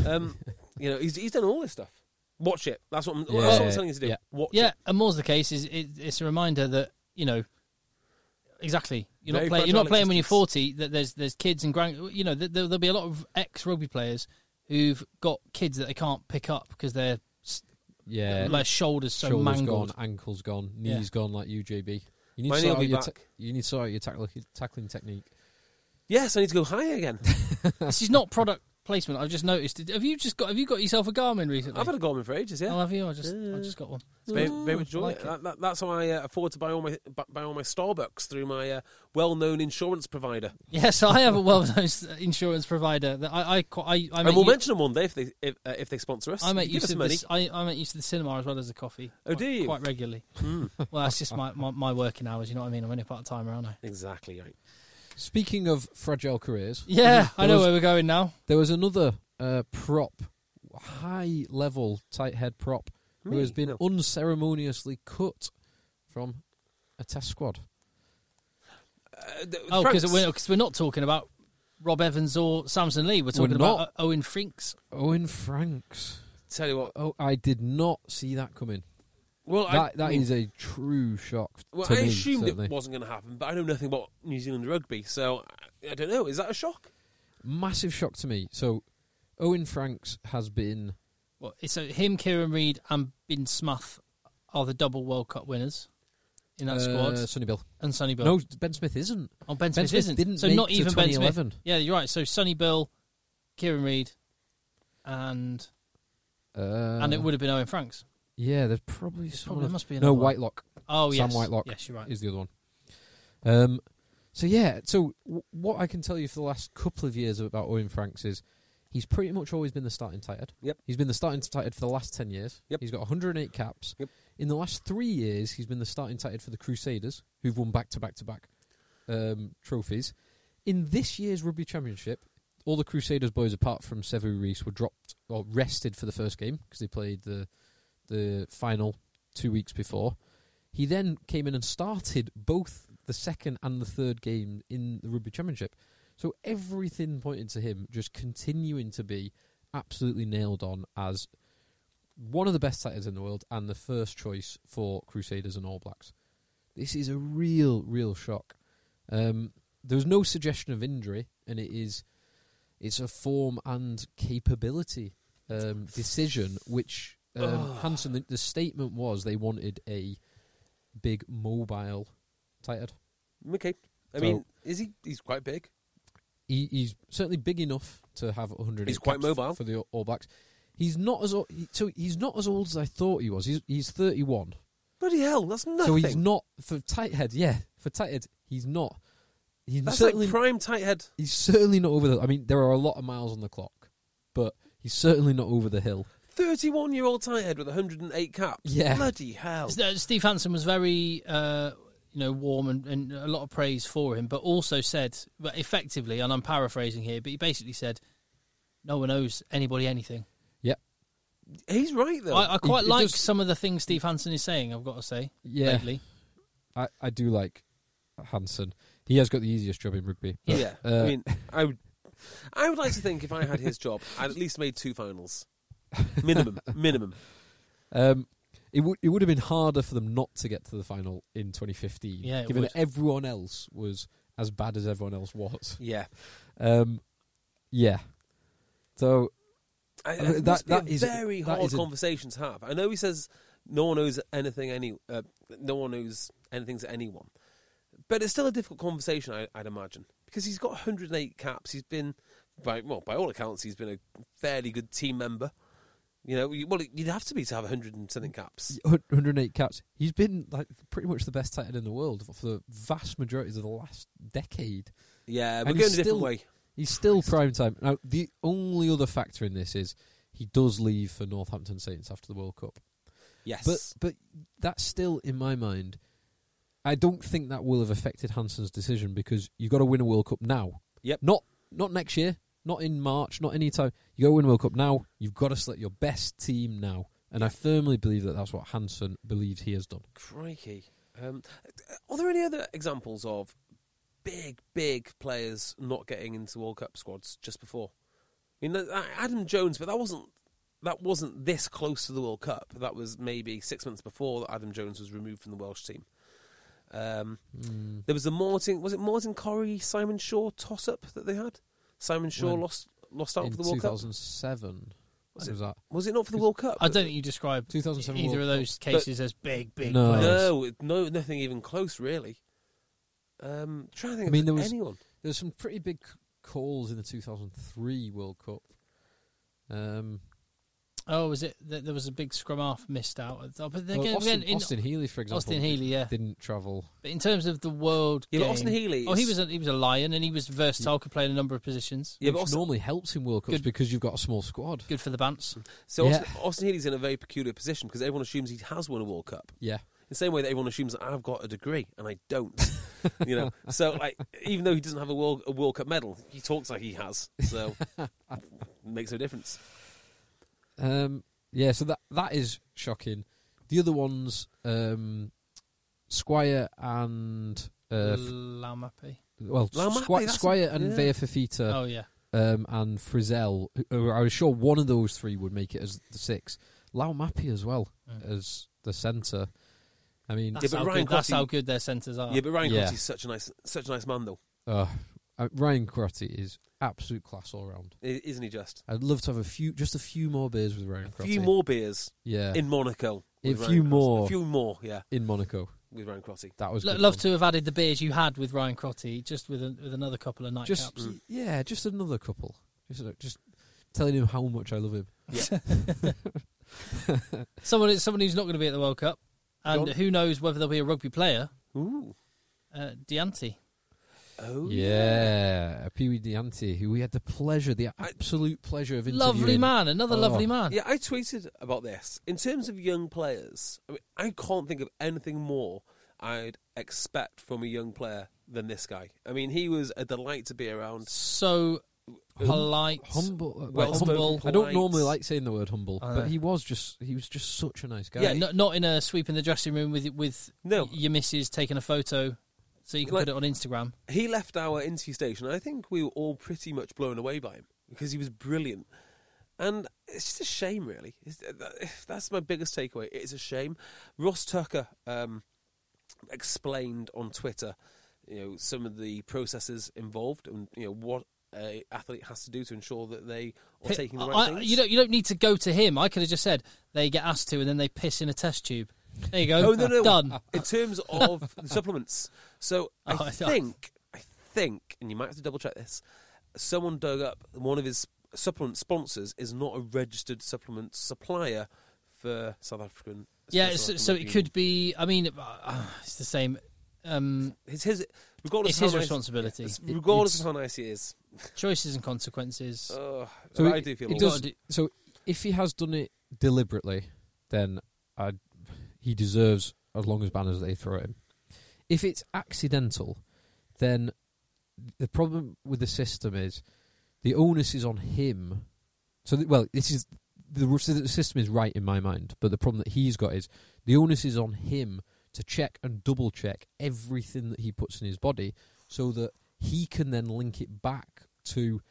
S3: Um, you know, he's, he's done all this stuff. Watch it. That's what I'm, that's what I'm
S5: Yeah,
S3: telling you to do.
S5: yeah.
S3: Watch
S4: Yeah,
S3: it.
S4: and more's the case is it, it's a reminder that you know exactly you're
S3: Very
S4: not playing. You're not
S3: fragile
S4: playing when you're
S3: existence.
S4: 40. That there's there's kids and grand. You know th- there, there'll be a lot of ex rugby players who've got kids that they can't pick up because their s-
S5: Yeah.
S4: their shoulders so
S5: shoulders
S4: mangled.
S5: gone, ankles gone,
S4: Yeah.
S5: knees gone, like you, JB. You need
S3: My
S5: to
S3: knee will
S5: sort out
S3: be
S5: your
S3: back.
S5: you need to sort out your tackling, tackling technique.
S3: Yes, I need to go high again.
S4: This is not product placement. I've just noticed. Did- Have you just got Have you got yourself a Garmin recently?
S3: I've had a Goldman for ages, yeah.
S4: Oh, have you? I just I just got one.
S3: It's very, very much
S4: I
S3: enjoying
S4: like
S3: it.
S4: it.
S3: That, that, that's how I uh, afford to buy all my bu- buy all my Starbucks through my uh, well-known insurance provider.
S4: Yes, I have a well-known insurance provider that I I qu- I, I
S3: And
S4: make
S3: we'll
S4: u-
S3: mention them one day if they if, uh, if they sponsor us.
S4: I make
S3: Give
S4: use
S3: us
S4: of
S3: money.
S4: this. I, I make use of the cinema as well as the coffee.
S3: Oh,
S4: quite,
S3: do you?
S4: quite regularly?
S5: Hmm.
S4: well, that's just my, my, my working hours. You know what I mean? I'm only part timer, aren't I?
S3: Exactly right.
S5: Speaking of fragile careers,
S4: Yeah, I
S5: There
S4: know
S5: was-
S4: where we're going now.
S5: There was another uh, prop, high level tight head prop, who
S3: Me?
S5: has been
S3: No.
S5: unceremoniously cut from a test squad.
S3: Uh, th-
S4: Oh,
S3: Frank's-
S4: because we're, 'cause we're not talking about Rob Evans or Samson Lee. We're talking about
S5: not.
S4: uh, Owen Frinks.
S5: Owen Franks.
S3: tell you what. uh,
S5: Oh, I did not see that coming.
S3: Well, I,
S5: that that is a true shock.
S3: well,
S5: to
S3: I
S5: me,
S3: assumed
S5: certainly.
S3: it wasn't going to happen, but I know nothing about New Zealand rugby, so I, I don't know. Is that a shock?
S5: massive shock to me. So, Owen Franks has been
S4: Well, it's uh, him, Kieran Reid, and Bin Smith are the double World Cup winners in that
S5: uh,
S4: squad,
S5: Sonny Bill.
S4: and Sonny Bill.
S5: No, Ben Smith isn't.
S4: oh, Ben Smith,
S5: Ben Smith
S4: isn't.
S5: didn't
S4: so
S5: make
S4: not
S5: to
S4: even Ben Smith.
S5: 2011.
S4: Yeah, you're right. So Sonny Bill, Kieran Reid, and
S5: Uh,
S4: and it would have been Owen Franks.
S5: Yeah, there's probably
S4: There's
S5: someone.
S4: probably- must be
S5: no
S4: another one.
S5: Whitelock.
S4: Oh,
S5: Sam
S4: yes.
S5: Whitelock
S4: Yes, you're right.
S5: is the other one. Um, so yeah, so w- what I can tell you for the last couple of years about Owen Franks is he's pretty much always been the starting tight end.
S3: Yep.
S5: He's been the starting tight end for the last ten years.
S3: Yep.
S5: He's got 108 caps.
S3: Yep.
S5: In the last three years, he's been the starting tight end for the Crusaders, who've won back to back to back um, trophies. In this year's Rugby Championship, all the Crusaders boys, apart from Sevu Reese, were dropped or rested for the first game because they played the the final two weeks before. He then came in and started both the second and the third game in the Rugby Championship. So everything pointed to him just continuing to be absolutely nailed on as one of the best setters in the world and the first choice for Crusaders and All Blacks. This is a real, real shock. Um, there's no suggestion of injury, and it is it's a form and capability um, decision. Which um, Hanson, the, the statement was they wanted a big mobile tight end.
S3: Okay. I
S5: So-
S3: mean, is he? He's quite big.
S5: He, he's certainly big enough to have 100.
S3: He's quite mobile.
S5: for the All Blacks. He's not as old, he, so he's not as old as I thought he was. He's he's 31.
S3: Bloody hell, that's nothing.
S5: So he's not for tight head. Yeah, for tight head, he's not. He's
S3: that's
S5: certainly
S3: like prime tight head.
S5: he's certainly not over the. I mean, there are a lot of miles on the clock, but he's certainly not over the hill.
S3: Thirty-one-year-old tight head with 108 caps.
S5: Yeah.
S3: Bloody hell.
S4: S- uh, Steve Hansen was very uh, you know, warm and, and a lot of praise for him, but also said, but effectively, and I'm paraphrasing here, but he basically said, no one owes anybody anything.
S5: Yep.
S3: He's right though.
S4: I, I quite
S5: it
S4: like
S5: does-
S4: some of the things Steve Hansen is saying, I've got to say,
S5: Yeah.
S4: lately.
S5: I, I do like Hansen. He has got the easiest job in rugby. but,
S3: yeah,
S5: uh,
S3: I mean, I would, I would like to think if I had his job, I'd at least made two finals, minimum, minimum.
S5: um, it would it would have been harder for them not to get to the final in 2015,
S4: Yeah, it
S5: given
S4: would.
S5: that everyone else was as bad as everyone else was.
S3: Yeah,
S5: Um, yeah. So
S3: I,
S5: Uh,
S3: that,
S5: that- that
S3: a
S5: is a-
S3: very
S5: that
S3: hard
S5: is a-
S3: conversation to have. I know he says no one knows anything, any uh, no one knows anything to anyone, but it's still a difficult conversation, I, I'd imagine, because he's got 108 caps. He's been, by well, by all accounts, he's been a fairly good team member. You know, you- well, you'd have to be to have 100 and something caps.
S5: 108 caps. He's been like pretty much the best tight end in the world for the vast majority of the last decade.
S3: Yeah, we're going
S5: And he's
S3: a different
S5: still-
S3: way.
S5: He's still prime time. Now, the only other factor in this is he does leave for Northampton Saints after the World Cup.
S3: Yes,
S5: But but that's still in my mind. I don't think that will have affected Hansen's decision because you've got to win a World Cup now.
S3: Yep.
S5: Not not next year, not in March, not any time. You got to win a World Cup now. You've got to select your best team now. And I firmly believe that that's what Hansen believes he has done.
S3: Crikey. Um, are there any other examples of big, big players not getting into World Cup squads just before? I mean, th- uh, Adam Jones, but that wasn't that wasn't this close to the World Cup. That was maybe six months before that Adam Jones was removed from the Welsh team. Um, There was the Morton. Was it Morton Corrie, Simon Shaw toss up that they had? Simon Shaw
S5: When?
S3: lost lost out
S5: in
S3: for the World Cup.
S5: 2007. Was, that?
S3: Was it not for the World Cup?
S4: I don't think you describe
S5: 2007
S4: either
S5: World
S4: of those cases as big, big
S5: No.
S4: players.
S3: No, it- no, nothing even close, really. Um, trying to think.
S5: I mean,
S3: of
S5: there was-
S3: anyone.
S5: There's some pretty big c- calls in the 2003 World Cup. Um,
S4: Oh, was it that there was a big scrum half missed out? at- Oh, but
S5: well,
S4: again,
S5: Austin,
S4: again, in,
S5: Austin Healy, for example,
S4: Austin Healey, yeah.
S5: didn't travel.
S4: But in terms of the world,
S3: Yeah, but
S4: game-
S3: Austin Healey
S4: Oh, he
S3: is-
S4: was a, he was a lion, and he was versatile, could play in a number of positions.
S3: Yeah,
S5: which
S3: but also,
S5: normally helps in World Cups
S4: Good-
S5: because you've got a small squad.
S4: Good for the Bants.
S3: so
S5: Yeah.
S3: Austin, Austin Healy's in a very peculiar position because everyone assumes he has won a World Cup.
S5: Yeah,
S3: In the same way that everyone assumes that I've got a degree and I don't. you know, so like even though he doesn't have a World a World Cup medal, he talks like he has. So makes no difference.
S5: um, yeah. So that that is shocking. The other ones, um, Squire and uh, f-
S4: Lamapi.
S5: well,
S3: Lau Mapi,
S5: Squi-
S3: that's a-
S5: Squire and
S3: yeah.
S5: Vea Fafita.
S4: oh yeah,
S5: um, and Frizzell. who- who I was sure one of those three would make it as the six. Lau Mappi as well
S3: Mm.
S5: as the centre. I mean,
S4: that's,
S3: but
S4: how,
S3: Ryan
S4: good, that's
S3: Crotty-
S4: how good their centres are.
S3: yeah, but Ryan
S5: Uh, yeah.
S3: Crotty's such a nice such a nice man though,
S5: uh, uh, Ryan Crotty is absolute class all round.
S3: i- isn't he? Just
S5: I'd love to have a few, just a few more beers with Ryan
S3: a
S5: Crotty.
S3: few more beers
S5: yeah,
S3: in Monaco.
S5: A
S3: with Ryan
S5: few
S3: Crotty.
S5: more.
S3: A few more. Yeah,
S5: in Monaco.
S3: with Ryan Crotty.
S5: That was
S4: Lo-
S5: good
S4: love
S5: fun.
S4: to have added the beers you had with Ryan Crotty, just with a, with another couple of nightcaps.
S5: just yeah, just another couple. Just a- just telling him how much I love him.
S4: Someone someone who's not going to be at the World Cup, and
S5: Go on.
S4: who knows whether there'll be a rugby player,
S3: Ooh.
S4: uh, Deanti.
S3: Oh
S5: Yeah, Pee Wee Deante, who we had the pleasure, the absolute pleasure of interviewing.
S4: Lovely man, another
S5: Oh.
S4: lovely man.
S3: Yeah, I tweeted about this. In terms of young players, I, mean, I can't think of anything more I'd expect from a young player than this guy. I mean, he was a delight to be around.
S4: So polite,
S5: humble. uh,
S3: Well
S5: like,
S3: spoken,
S5: humble. I
S3: polite.
S5: don't normally like saying the word humble,
S4: I know.
S5: but he was just he was just such a nice guy.
S4: Uh, Yeah, no- not in a sweep in the dressing room with with
S3: No.
S4: your missus taking a photo, so you can
S3: Like-
S4: put it on Instagram.
S3: He left our interview station. I think we were all pretty much blown away by him because he was brilliant. And it's just a shame, really. It's- uh, that- That's my biggest takeaway. It's a shame. Ross Tucker um, explained on Twitter, you know, some of the processes involved and you know what a athlete has to do to ensure that they are taking the right
S4: I-
S3: things.
S4: you don't you don't need to go to him. I could have just said they get asked to, and then they piss in a test tube. There you go.
S3: Oh no, no.
S4: Done.
S3: In terms of the supplements, so I
S4: Oh, I thought-
S3: think I think, and you might have to double check this. Someone dug up one of his supplement sponsors is not a registered supplement supplier for South African.
S4: Yeah,
S3: South
S4: so,
S3: African
S4: so it
S3: Rugby
S4: could be. I mean, uh, it's the same. Um,
S3: Union. It's his. Regardless
S4: It's
S3: of how
S4: his
S3: nice-
S4: responsibility.
S3: It's-
S4: It-
S3: regardless of how Uh, nice he is,
S4: choices and consequences.
S3: Ugh,
S5: So
S3: I
S5: it-
S3: do feel.
S5: it
S3: awful.
S5: does-
S4: Gotta do-
S5: So if he has done it deliberately, then I, he deserves as long as banners they throw at him. If it's accidental, then the problem with the system is the onus is on him. So, th- well, this is the, r- so the system is right in my mind, but the problem that he's got is the onus is on him to check and double check everything that he puts in his body, so that he can then link it back to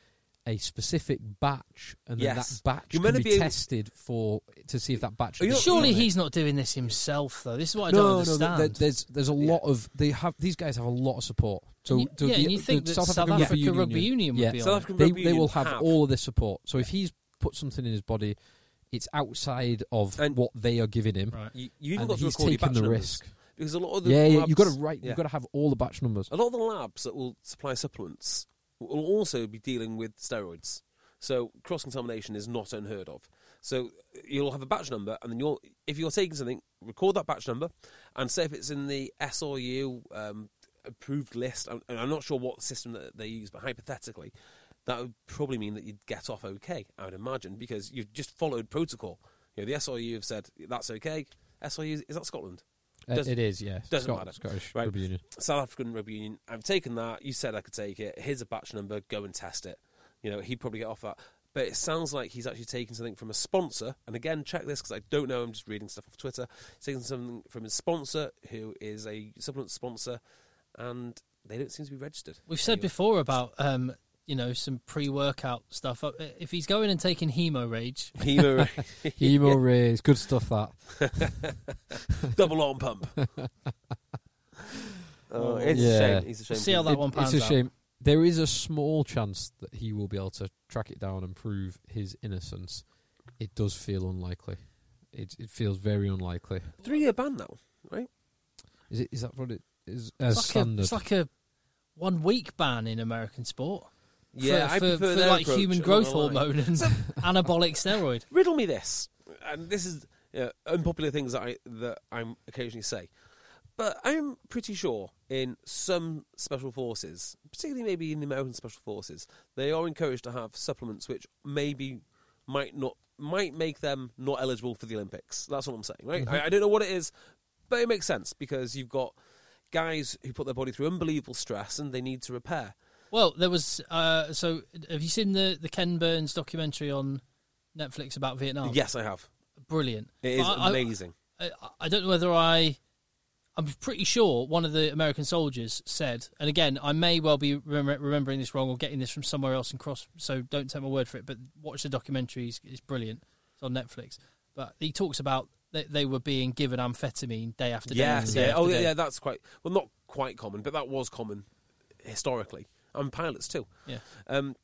S5: a specific batch, and then
S3: Yes.
S5: that batch
S3: You're meant
S5: can
S3: to
S5: be,
S3: be able-
S5: tested for to see if that batch.
S3: Are you-
S5: is
S4: Surely
S5: correct
S4: he's not doing this himself, though. This is what I don't
S5: no, no,
S4: understand.
S5: th- th- there's there's a lot of they have these guys have a lot of support. So,
S4: you-
S5: so
S4: yeah,
S5: the,
S4: and you think
S5: the
S4: that South Africa Rugby Union would
S5: yeah,
S4: be
S3: South African
S5: they
S3: Rugby
S5: they will
S3: Union
S5: have,
S3: have-
S5: all of this support. So if he's put something in his body, it's outside of
S3: And-
S5: what they are giving him.
S4: Right.
S3: You, you even
S5: And
S3: got to
S5: he's
S3: record your
S5: taking
S3: batch
S5: the
S3: numbers.
S5: risk.
S3: because a lot of the
S5: Yeah, yeah,
S3: labs,
S5: you've got to write.
S3: yeah.
S5: You've got to have all the batch numbers.
S3: a lot of the labs that will supply supplements will also be dealing with steroids. So cross contamination is not unheard of. So you'll have a batch number, and then you'll if you're taking something, record that batch number, and say if it's in the SRU um, approved list. I'm, and I'm not sure what system that they use, but hypothetically, that would probably mean that you'd get off okay. I would imagine because you've just followed protocol. You know, the SRU have said that's okay. SRU is that Scotland?
S5: Uh,
S3: Does-
S5: it is, yeah.
S3: doesn't
S5: Scot-
S3: matter.
S5: Scottish
S3: Right.
S5: Rugby Union.
S3: South African Rugby Union. I've taken that. You said I could take it. Here's a batch number. Go and test it. You know, he'd probably get off that. But it sounds like he's actually taking something from a sponsor. And again, check this because I don't know. I'm just reading stuff off Twitter. He's taking something from his sponsor, who is a supplement sponsor, and they don't seem to be registered.
S4: We've said
S3: Anyway.
S4: before about um, you know some pre-workout stuff. Uh, If he's going and taking hemo rage,
S3: Hemo,
S5: Hemo rays, good stuff. That
S3: double arm pump. oh, it's
S5: Yeah.
S3: a shame. He's a shame.
S4: see how
S3: for
S4: that
S3: him.
S5: It-
S4: one pans
S5: It's a
S4: out.
S5: shame. There is a small chance that he will be able to track it down and prove his innocence. It does feel unlikely. It, it feels very unlikely.
S3: Three year ban now, right?
S5: Is it? Is that what it is? Uh,
S4: it's
S5: As
S4: like, a,
S5: standard,
S4: it's like a one-week ban in American sport.
S3: Yeah,
S4: for,
S3: I
S4: for,
S3: prefer
S4: for
S3: their
S4: like
S3: approach,
S4: human
S3: I'm not
S4: growth
S3: gonna lie.
S4: hormone and anabolic steroid.
S3: riddle me this, and this is uh, unpopular things that I that I'm occasionally say, but I'm pretty sure in some special forces, particularly maybe in the American special forces, they are encouraged to have supplements which maybe might not might make them not eligible for the Olympics. That's what I'm saying,
S4: Mm-hmm.
S3: right? I, I don't know what it is, but it makes sense because you've got guys who put their body through unbelievable stress and they need to repair.
S4: Well, there was. Uh, so, have you seen the the Ken Burns documentary on Netflix about Vietnam?
S3: Yes, I have.
S4: brilliant.
S3: It is
S4: But Oh. I- I-
S3: amazing.
S4: I, I don't know whether I. I'm pretty sure one of the American soldiers said, and again, I may well be remem- remembering this wrong or getting this from somewhere else and cross, so don't take my word for it, but watch the documentary, it's, it's brilliant. It's on Netflix. But he talks about they, they were being given amphetamine day after day.
S3: Yes,
S4: after day
S3: yeah.
S4: after
S3: Oh, yeah,
S4: day.
S3: yeah, that's quite, well, not quite common, but that was common historically. And pilots too.
S4: Yeah.
S3: Um,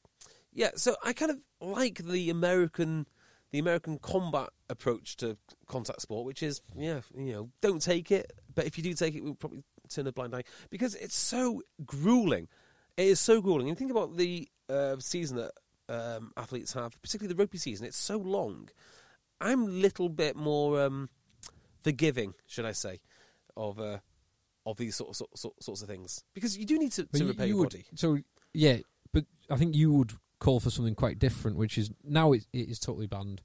S3: yeah, so I kind of like the American the American combat approach to contact sport, which is, yeah, you know, don't take it, but if you do take it, we'll probably turn a blind eye because it's so grueling. It is so grueling. And think about the uh, season that um, athletes have, particularly the rugby season, it's so long. I'm a little bit more um, forgiving, should I say, of uh, of these sort of, sort, sort- sorts of things because you do need to,
S5: But
S3: to
S5: you-
S3: repair
S5: you
S3: your
S5: would-
S3: body.
S5: So yeah, but I think you would call for something quite different, which is now it, it is totally banned.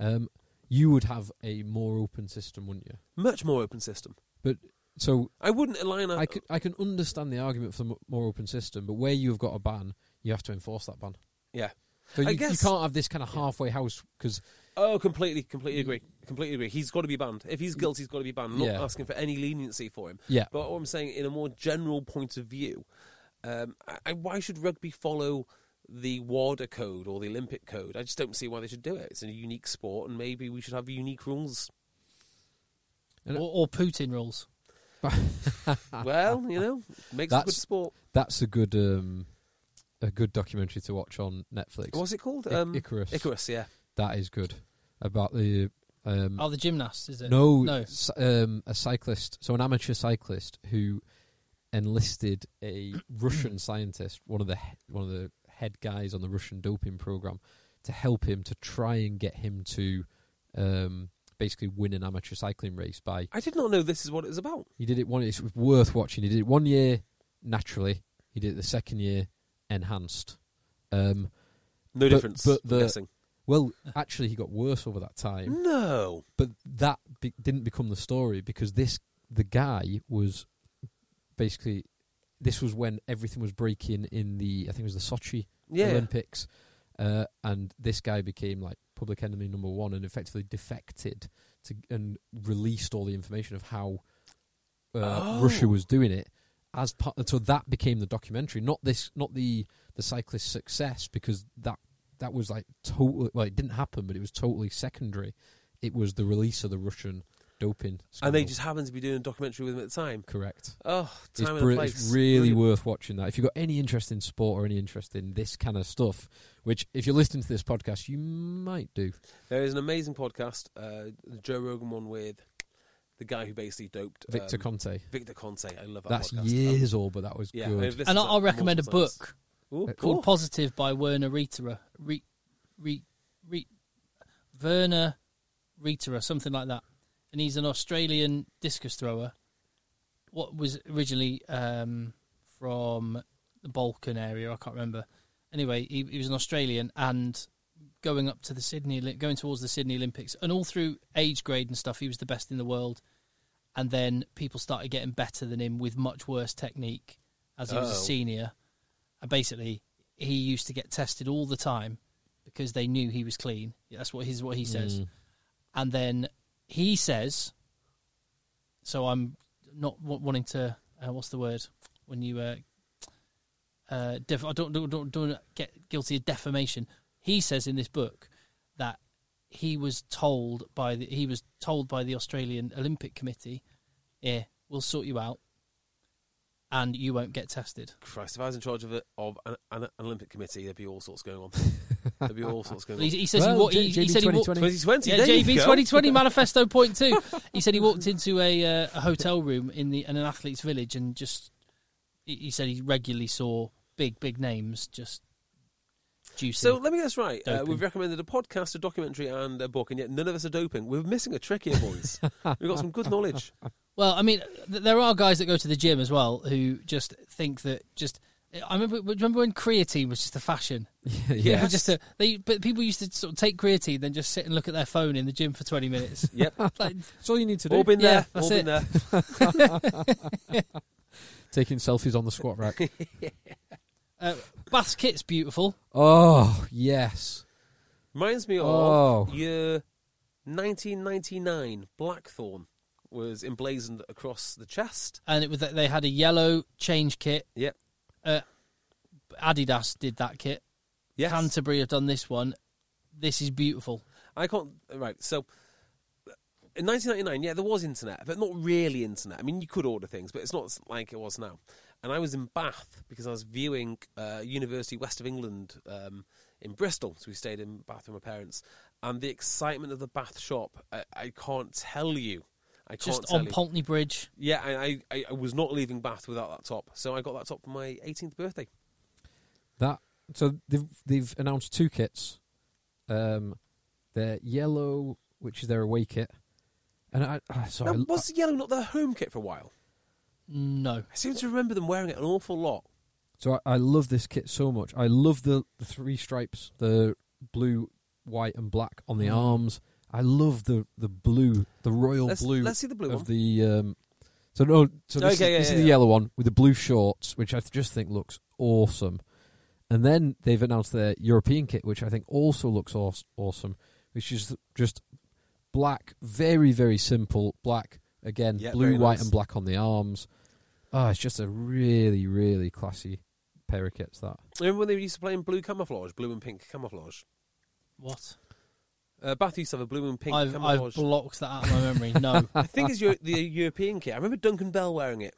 S5: Um, you would have a more open system, wouldn't you?
S3: Much more open system.
S5: But so
S3: I wouldn't align. a-
S5: I can I can understand the argument for the mo- more open system, but where you've got a ban, you have to enforce that ban.
S3: yeah.
S5: So
S3: I
S5: you,
S3: guess-
S5: you can't have this kind of halfway house because
S3: Oh, completely, completely agree. Completely agree. He's got to be banned. If he's guilty, he's got to be banned. I'm not
S5: Yeah.
S3: asking for any leniency for him.
S5: Yeah.
S3: But what I'm saying, in a more general point of view, um, I- I, why should rugby follow the WADA code or the Olympic code? I just don't see why they should do it. It's a unique sport, and maybe we should have unique rules.
S5: yeah.
S4: Or, or Putin rules.
S3: well, you know, makes it a good
S5: Ah. That's-
S3: sport.
S5: that's a good um, a good documentary to watch on Netflix.
S3: What's it called? Um,
S5: I- Icarus.
S3: Icarus, yeah.
S5: That is good about the
S3: Mm.
S5: um,
S4: Oh, the gymnast, is it?
S5: No,
S4: No.
S5: s- um, a cyclist, so an amateur cyclist who enlisted a Russian scientist, one of the he- one of the head guys on the Russian doping program, to help him to try and get him to um, basically win an amateur cycling race. By
S3: I did not know this is what it was about.
S5: he did it one. It's worth watching. He did it one year naturally. He did it the second year enhanced. Um,
S3: No
S5: But-
S3: difference.
S5: but
S3: I'm
S5: the-
S3: guessing.
S5: well, actually, he got worse over that time.
S3: No.
S5: but that be- didn't become the story because this the guy was basically this was when everything was breaking in the I think it was the Sochi
S3: Yeah.
S5: Olympics, uh, and this guy became like public enemy number one and effectively defected to and released all the information of how
S3: Oh.
S5: uh, Russia was doing it. As part, so that became the documentary, not this, not the the cyclist success, because that that was like totally well, it didn't happen, but it was totally secondary. It was the release of the Russian doping,
S3: and they
S5: scandal.
S3: just happened to be doing a documentary with him at the time.
S5: correct.
S3: Oh,
S5: It's,
S3: time and
S5: bri-
S3: place.
S5: it's really
S3: Brilliant.
S5: worth watching that. If you've got any interest in sport or any interest in this kind of stuff, which if you're listening to this podcast, you might do.
S3: There is an amazing podcast, uh, the Joe Rogan one with the guy who basically doped
S5: Victor
S3: um,
S5: Conte.
S3: Victor Conte. I love that.
S5: That's
S3: podcast. Um,
S5: years old, but that was
S3: Yeah,
S5: good.
S3: I've listened
S4: and
S3: to
S4: I-
S3: that
S4: I'll recommend a
S3: multiple times.
S4: book
S3: Ooh,
S4: called
S3: cool.
S4: Positive by Werner Ritera. Re, re, re, Werner Ritera, something like that. And he's an Australian discus thrower. What was originally um, from the Balkan area, I can't remember. Anyway, he, he was an Australian and going up to the Sydney, Oli- going towards the Sydney Olympics, and all through age grade and stuff, he was the best in the world. And then people started getting better than him with much worse technique as he was a
S3: Uh-oh.
S4: senior. And basically, he used to get tested all the time because they knew he was clean. That's what his what he says. And then he says, so I'm not w- wanting to. Uh, what's the word when you? Uh, uh, def- I don't, don't don't don't get guilty of defamation. He says in this book that he was told by the he was told by the Australian Olympic Committee, "Yeah, we'll sort you out, and you won't get tested."
S3: Christ, if I was in charge of, a, of an, an Olympic committee, there'd be all sorts going on. there'd be all sorts going
S4: He,
S3: on.
S4: he says
S5: Well,
S4: he, wa-
S5: J-
S4: he, he
S5: JB
S4: said he wa-
S5: 2020.
S3: 2020,
S4: Yeah,
S3: there you
S4: JB
S3: go.
S4: 2020 manifesto point two. He said he walked into a, uh, a hotel room in the in an athlete's village and just he, he said he regularly saw big big names just juicing.
S3: So let me get this right. Uh,
S4: Doping.
S3: we've recommended a podcast, a documentary, and a book, and yet none of us are doping. We're missing a trick here, boys. we've got some good knowledge.
S4: Well, I mean, th- there are guys that go to the gym as well who just think that just. I remember. Remember when creatine was just a fashion.
S5: yeah.
S4: It was just a, they, but people used to sort of take creatine, then just sit and look at their phone in the gym for twenty minutes.
S3: Yep.
S4: like,
S5: That's all you need to do.
S3: All been
S4: Yeah,
S3: there.
S4: that's
S3: all been
S4: it.
S3: there.
S5: Taking selfies on the squat rack.
S4: uh, Bath kit's beautiful.
S5: oh, yes.
S3: Reminds me of
S5: Oh.
S3: year 1999. Blackthorn was emblazoned across the chest.
S4: and it was that they had a yellow change kit.
S3: Yep.
S4: Adidas did that kit.
S3: Yes.
S4: Canterbury have done this one. This is beautiful.
S3: I can't. Right. So. In 1999, yeah, there was internet, but not really internet. I mean, you could order things, but it's not like it was now. And I was in Bath because I was viewing uh, University West of England um, in Bristol, so we stayed in Bath with my parents. And the excitement of the Bath shop, I, I can't tell you. I can't
S4: Just
S3: tell
S4: on
S3: you.
S4: Pontney Bridge.
S3: Yeah, I, I- I, I was not leaving Bath without that top, so I got that top for my 18th birthday.
S5: That so they've they've announced two kits. Um they're yellow, which is their away kit. And I ah, so
S3: Now,
S5: I,
S3: was yellow not their home kit for a while?
S4: No.
S3: I seem to remember them wearing it an awful lot.
S5: So I, I love this kit so much. I love the, the three stripes, the blue, white, and black on
S3: Mm-hmm.
S5: the arms. I love the, the blue, the royal
S3: Let's-
S5: blue.
S3: let's see the blue
S5: of
S3: one.
S5: the. Um, so no, so
S3: Okay,
S5: this, is,
S3: yeah,
S5: this
S3: yeah,
S5: is the
S3: yeah.
S5: yellow one with the blue shorts, which I just think looks awesome. And then they've announced their European kit, which I think also looks aws- awesome, which is just black, very very simple black. Again,
S3: Yeah,
S5: blue,
S3: very
S5: white,
S3: nice.
S5: and black on the arms. Ah, it's just a really really classy pair of kits. That
S3: Remember when they used to play in blue camouflage, blue and pink camouflage?
S4: What?
S3: Uh, Bath used to have a blue and pink
S4: I've, I've
S3: camouflage.
S4: blocked that out of my memory. No.
S3: I think it's Euro- the European kit. I remember Duncan Bell wearing it.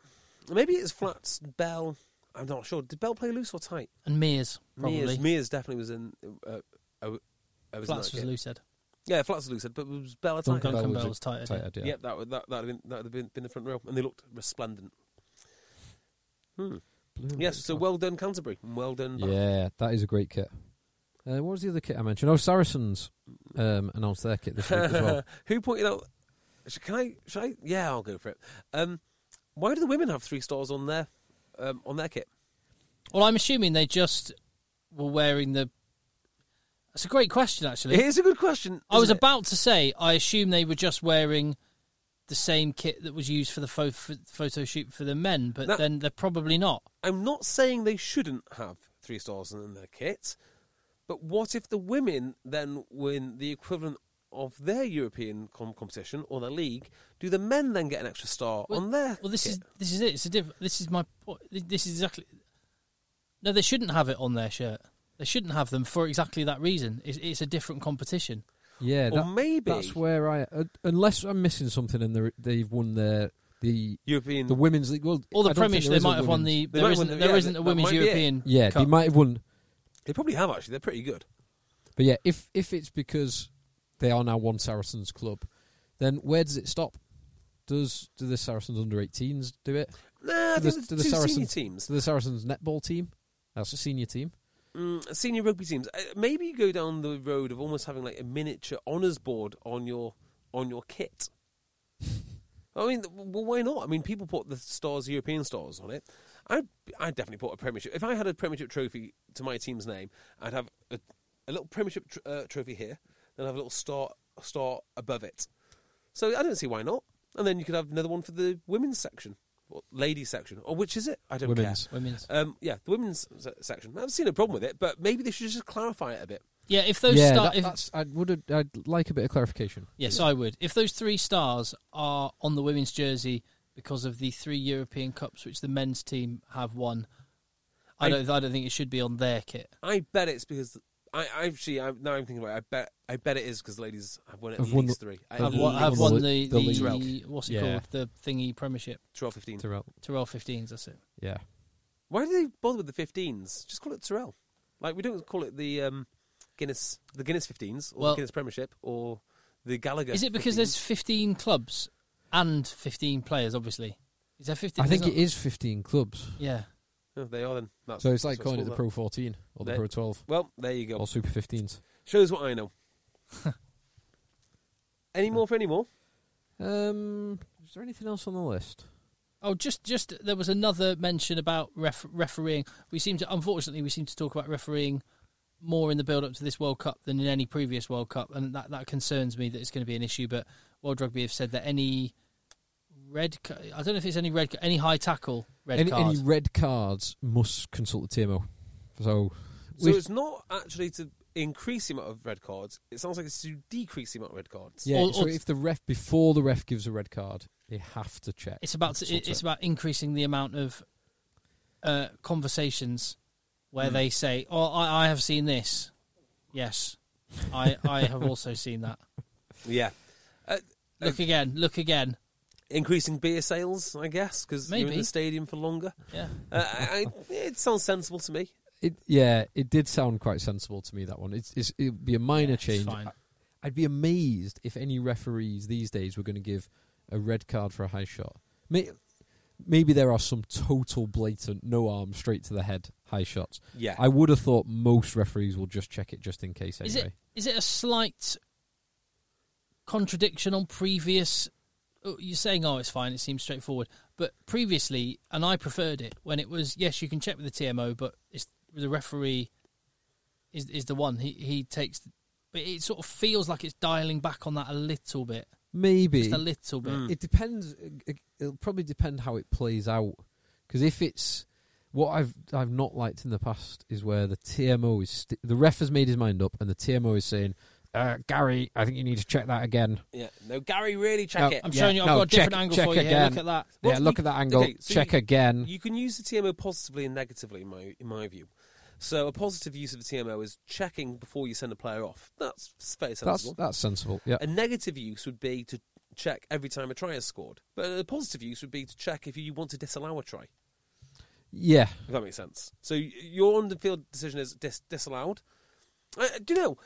S3: Maybe it's Flats, Bell. I'm not sure. Did Bell play loose or tight?
S4: and Mears, probably.
S3: Mears, Mears definitely was in. Uh, uh, uh, was in
S4: Flats
S3: that
S4: was
S3: kit.
S4: loose said.
S3: Yeah, Flats was loose, but was Bell a tight?
S4: Duncan
S5: Bell
S4: Bell
S5: was a
S4: was tighter,
S5: tight
S4: yeah.
S5: idea.
S3: Yep, that would that that would have been that would have been, been the front row, and they looked resplendent. Hmm.
S5: Blue and
S3: Yes,
S5: white
S3: so
S5: colour.
S3: well done Canterbury, and well done. Bath.
S5: Yeah, that is a great kit. Uh, what was the other kit I mentioned? Oh, Saracens um, announced their kit this week as well.
S3: Who pointed out? sh- Can I? Should I? Yeah, I'll go for it. Um, why do the women have three stars on their um, on their kit?
S4: Well, I'm assuming they just were wearing the. That's a great question, actually.
S3: It is a good question.
S4: I was
S3: isn't it?
S4: about to say, I assume they were just wearing the same kit that was used for the pho- f- photo shoot for the men, but
S3: That-
S4: then they're probably not.
S3: I'm not saying they shouldn't have three stars in their kit, but what if the women then win the equivalent of their European com- competition or their league? Do the men then get an extra star on their?
S4: Well, this
S3: kit?
S4: is this is it. It's a diff- This is my point. This is exactly. No, they shouldn't have it on their shirt. They shouldn't have them for exactly that reason. It's, it's a different competition.
S5: Yeah,
S3: Or
S5: that-
S3: maybe-
S5: that's where I. Uh, unless I'm missing something, and they're- they've won their the
S3: European.
S5: the women's league. Well,
S4: Or the
S5: I don't think
S4: Premiership,
S5: there
S4: they
S5: is a
S4: might have won
S5: women's-
S4: the.
S3: They
S4: There
S3: might
S4: isn't,
S3: win the-
S4: there
S3: yeah,
S4: not
S3: that-
S4: a
S3: that
S4: women's
S3: might be it.
S4: European.
S5: Yeah,
S4: Cup.
S5: they might have won.
S3: they probably have actually. They're pretty good.
S5: But yeah, if if it's because they are now one Saracens club, then where does it stop? Does do the Saracens under 18s do it?
S3: Nah, I
S5: do
S3: think the,
S5: the, do the
S3: two senior
S5: Saracens
S3: teams,
S5: Do the Saracens netball team? That's a senior team.
S3: Mm, senior rugby teams. Uh, Maybe you go down the road of almost having like a miniature honours board on your on your kit. I mean, th- well, why not? I mean, people put the stars, European stars, on it. I'd I'd definitely put a Premiership. If I had a Premiership trophy to my team's name, I'd have a, a little Premiership tr- uh, trophy here, then have a little star star above it. So I don't see why not. And then you could have another one for the women's section, or ladies section, or which is it? I don't care.
S5: Women's.
S4: Women's.
S3: Um, yeah, the women's se- section. I've seen a problem with it, but maybe they should just clarify it a bit.
S4: Yeah, if those
S5: yeah,
S4: star-
S5: that-
S4: if-
S5: that's, I would. I'd like a bit of clarification.
S4: yes, I would. If those three stars are on the women's jersey because of the three European cups which the men's team have won, I,
S3: I-
S4: don't. I don't think it should be on their kit.
S3: I bet it's because I I actually I'm, now I'm thinking about. It, I bet I bet it is because ladies have won at
S5: Have
S3: least
S5: won the-
S3: three. At
S4: Have
S5: Have
S4: won,
S5: won-
S3: least
S4: have
S5: the
S4: won the,
S5: league-
S4: the,
S5: the league.
S4: what's it
S5: Yeah.
S4: called the thingy Premiership
S3: 12, 15.
S5: Terrell.
S4: Terrell 15s. That's it.
S5: Yeah.
S3: Why do they bother with the 15s? Just call it Terrell. Like we don't call it the um, Guinness the Guinness 15s or
S4: Well-
S3: the Guinness Premiership or the Gallagher.
S4: Is it because
S3: 15s.
S4: there's 15 clubs and 15 players? Obviously, is there 15?
S5: I think
S4: there's
S5: it
S4: not-
S5: is 15 clubs.
S4: Yeah,
S3: Oh, they are then? That's,
S5: So it's like
S3: that's
S5: calling it
S3: what's
S5: the
S3: called
S5: Pro 14 or the
S3: They-
S5: Pro 12
S3: that. Well, there you go.
S5: or Super 15s.
S3: Shows what I know. any more for any more?
S5: Um, is there anything else on the list?
S4: Oh, just just there was another mention about ref, refereeing. We seem to, unfortunately, we seem to talk about refereeing more in the build up to this World Cup than in any previous World Cup, and that that concerns me that it's going to be an issue. But World Rugby have said that any red, ca- I don't know if it's any red, ca- any high tackle red
S5: any,
S4: card.
S5: any red cards must consult the TMO. So,
S3: So it's not actually to increase the amount of red cards. It sounds like it's to decrease the amount of red cards.
S5: yeah.
S4: or-
S5: so
S4: or-
S5: if the ref before the ref gives a red card, they have to check.
S4: it's about
S5: and
S4: it,
S5: consult
S4: it's
S5: it.
S4: about increasing the amount of uh, conversations
S5: Hmm.
S4: where they say, "Oh, I, I have seen this." Yes, I I have also seen that.
S3: Yeah. Uh,
S4: Look again. Look again.
S3: increasing beer sales, I guess, because you're in
S4: Maybe.
S3: the stadium for longer.
S4: Yeah.
S3: Uh, I, I, it sounds sensible to me.
S5: It- yeah, it did sound quite sensible to me that one. It's, it's it'd be a minor
S4: it's
S5: change.
S4: fine.
S5: I, would be amazed if any referees these days were going to give a red card for a high shot. May, maybe there are some total blatant no arm straight to the head high shots.
S3: Yeah.
S5: I would have thought most referees will just check it just in case anyway.
S4: Is it is it a slight contradiction on previous? oh, You're saying, "Oh, it's fine. It seems straightforward." But previously, and I preferred it when it was yes, you can check with the TMO, but it's the referee is is the one he he takes. But it sort of feels like it's dialing back on that a little bit,
S5: Maybe
S4: just a little bit.
S5: it depends. it- It'll probably depend how it plays out. Because if it's what I've I've not liked in the past is where the TMO is st- the ref has made his mind up and the TMO is saying, uh, Gary, I think you need to check that again.
S3: Yeah. No, Gary, really check
S5: No,
S3: it.
S4: I'm
S5: yeah,
S4: showing you. I've
S5: no,
S4: got a different
S5: check-
S4: angle
S5: check
S4: for you. Here.
S5: again.
S4: Look at that.
S5: Yeah,
S3: Well,
S5: look
S3: you-
S5: at that angle.
S3: okay, so
S5: check
S3: you-
S5: again.
S3: You can use the TMO positively and negatively, in my in my view. So a positive use of the TMO is checking before you send a player off. That's fairly
S5: that's
S3: sensible.
S5: that's sensible. Yeah,
S3: A negative use would be to check every time a try is scored. But a positive use would be to check if you want to disallow a try.
S5: yeah.
S3: If that makes sense. So y- your on the field decision is dis- disallowed. Uh, do you know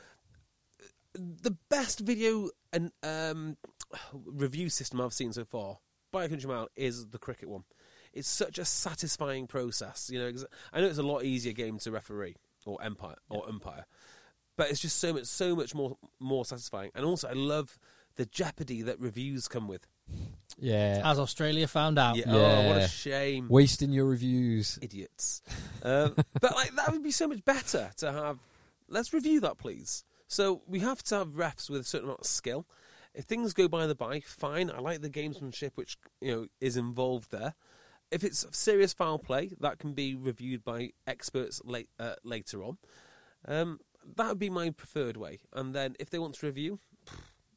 S3: the best video and um, review system I've seen so far by a country mile is the cricket one. It's such a satisfying process. You know, 'cause I know it's a lot easier game to referee or empire or umpire, but it's just so much so much more more satisfying. And also, I love the jeopardy that reviews come with.
S5: yeah,
S4: As Australia found out,
S3: Yeah. Oh, what
S5: Yeah.
S3: a shame
S5: Wasting your reviews.
S3: idiots. Um, but like that would be so much better to have. Let's review that, please. So we have to have refs with a certain amount of skill. If things go by the by, fine. I like the gamesmanship which you know is involved there. If it's serious foul play, that can be reviewed by experts late, uh, later on. Um, that would be my preferred way. And then if they want to review,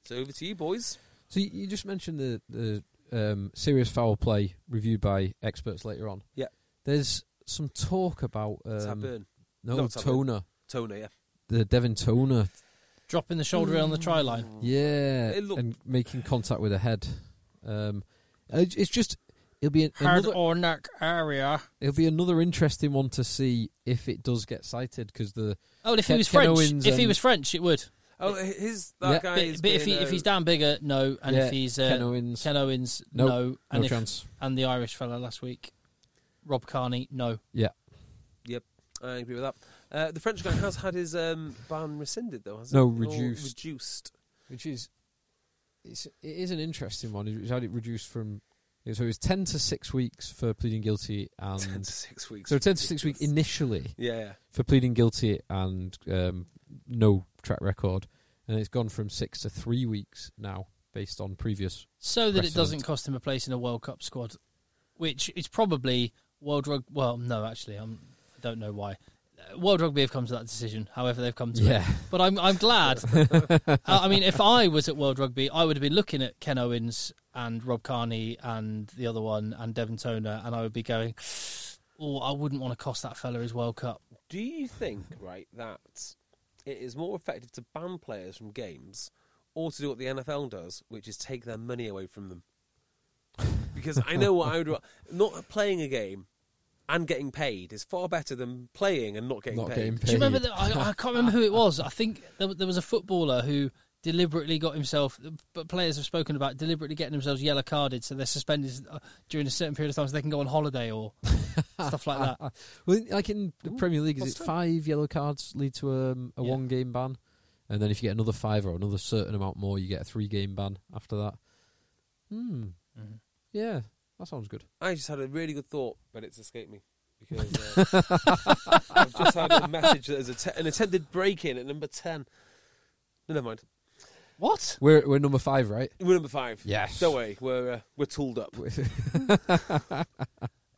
S3: it's over to you, boys.
S5: So you, you just mentioned the the um, serious foul play reviewed by experts later on.
S3: Yeah.
S5: There's some talk about um,
S3: Tabern,
S5: no
S3: Not Tabern.
S5: Toner,
S3: Toner, yeah.
S5: the Devon Toner.
S4: Dropping the shoulder on the try line.
S5: Yeah,
S3: Oh. It look-
S5: and making contact with the head. Um, it- it's just it'll be an,
S4: Head
S5: another
S4: or neck area.
S5: it'll be another interesting one to see if it does get cited because the
S4: Oh, if he
S5: Ken-
S4: was
S5: Ken
S4: French,
S5: Owens
S4: if he
S5: and-
S4: was French, it would.
S3: Oh, his that
S5: Yeah.
S3: guy. is
S4: But, but if, he,
S3: being,
S4: if he's
S3: uh,
S4: Dan Bigger, no. And
S5: yeah,
S4: if he's
S5: Ken
S4: uh,
S5: Owens,
S4: Ken Owens,
S5: Nope,
S4: no. And
S5: no
S4: if,
S5: chance.
S4: and the Irish fella last week, Rob Carney, no.
S5: Yeah,
S3: I agree with that. Uh, the French guy has had his um, ban rescinded, though, hasn't
S5: No,
S3: he? Or
S5: reduced.
S3: Reduced.
S5: which is it's it is an interesting one. He's had it reduced from so it was ten to six weeks for pleading guilty
S3: Ten
S5: and
S3: to six weeks.
S5: so ten to six week
S3: Ridiculous.
S5: initially
S3: Yeah, yeah.
S5: for pleading guilty and um, no track record, and it's gone from six to three weeks now based on previous.
S4: So that it
S5: Precedent.
S4: doesn't cost him a place in a World Cup squad, which is probably World Rugby. Well, no, actually, I'm, I don't know why. Uh, World Rugby have come to that decision, however they've come to
S5: Yeah.
S4: it. But I'm, I'm glad. Uh, I mean, if I was at World Rugby, I would have been looking at Ken Owens and Rob Carney and the other one and Devon Toner, and I would be going, oh, I wouldn't want to cost that fella his World Cup.
S3: Do you think, right, that it is more effective to ban players from games or to do what the NFL does, which is take their money away from them? Because I know what I would. ra- Not playing a game and getting paid is far better than playing and not getting
S5: Not
S3: paid.
S5: getting
S4: Do you remember
S5: paid.
S4: that? I, I can't remember who it was. I think there, there was a footballer who deliberately got himself. But players have spoken about deliberately getting themselves yellow carded, so they're suspended uh, during a certain period of time, so they can go on holiday or stuff like that.
S5: Well, like in the Premier League, is it five yellow cards lead to um, a
S4: Yeah.
S5: one game ban, and then if you get another five or another certain amount more, you get a three game ban after that. Hmm.
S3: Mm-hmm.
S5: Yeah, that sounds good.
S3: I just had a really good thought, but it's escaped me. Because uh, I've just had a message that there's a te- an attempted break in at number 10. No, never mind.
S4: What?
S5: We're we're number five, right?
S3: We're number five.
S5: Yes.
S3: Don't worry, we're, uh, we're tooled up.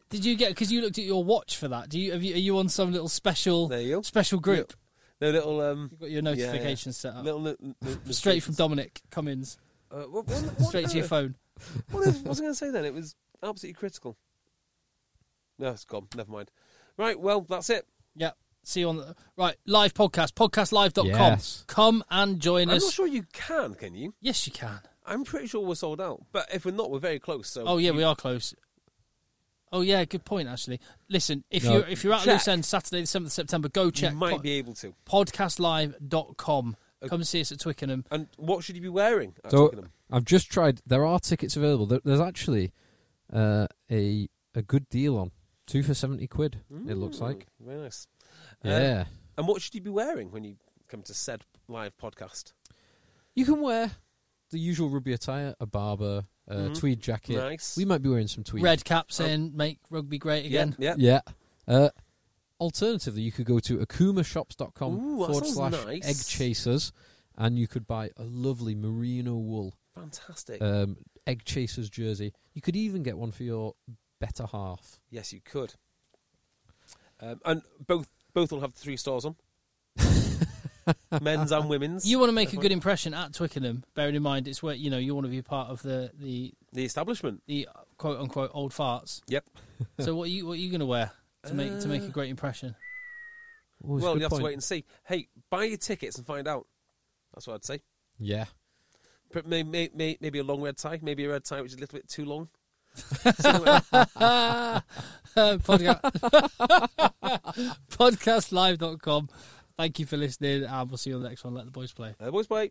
S4: Did you get? Because you looked at your watch for that. Do you? Have you are you on some little special
S3: There you go.
S4: special group?
S3: No little. Um,
S4: You've got your
S3: yeah, yeah.
S4: notifications set up
S3: Little, no- no- no-
S4: straight from Dominic Cummins,
S3: Uh, what, what, what,
S4: straight to your
S3: uh,
S4: phone.
S3: What, is- what was I going to say then? It was absolutely critical. No, it's gone. Never mind. Right, well, that's it.
S4: Yeah. See you on the right live podcast podcastlive.com.
S5: Yes.
S4: Come and join
S3: I'm
S4: us.
S3: not sure you can, can you?
S4: Yes, you can.
S3: I'm pretty sure we're sold out. But if we're not, we're very close. So
S4: Oh yeah, we are close. Oh yeah, good point actually. Listen, if
S5: No.
S4: you're if you're at
S3: Check.
S4: Lucerne Saturday the seventh of September, go
S3: you
S4: check
S3: might
S4: po-
S3: be able to.
S4: podcastlive.com. Come see us at Twickenham.
S3: And what should you be wearing at
S5: So
S3: Twickenham?
S5: I've just tried. There are tickets available. There, there's actually uh, a a good deal on two for seventy quid. It looks like.
S3: Mm, Very nice. Uh,
S5: Yeah.
S3: and what should you be wearing when you come to said live podcast?
S5: You can wear the usual rugby attire, a barber, a tweed jacket.
S3: Mm-hmm. Nice.
S5: We might be wearing some tweed.
S4: Red cap saying make rugby great again.
S3: Yeah. yeah.
S5: Yeah. Uh, alternatively, you could go to akumashopscom
S3: Ooh, that
S5: forward
S3: sounds
S5: slash
S3: nice.
S5: egg chasers and you could buy a lovely merino wool
S3: Fantastic.
S5: um, egg chasers jersey. You could even get one for your better half.
S3: yes, you could. Um, and both both will have three stars on. Men's and women's.
S4: You want to make a good impression at Twickenham, bearing in mind it's where you know you want to be part of the the,
S3: the establishment.
S4: the quote unquote old farts.
S3: Yep.
S4: so what are you what are you going to wear to make to
S3: Uh.
S4: make a great impression?
S5: Oh, it's a
S3: well,
S5: good
S3: you have
S5: point.
S3: to wait and see. Hey, buy your tickets and find out. That's what I'd say.
S5: Yeah.
S3: But may, may, may, maybe a long red tie, maybe a red tie which is a little bit too long. Something like that.
S4: Uh, podcast, podcastlive.com. Thank you for listening, and we'll see you on the next one. Let the boys play.
S3: Uh, boys, bye.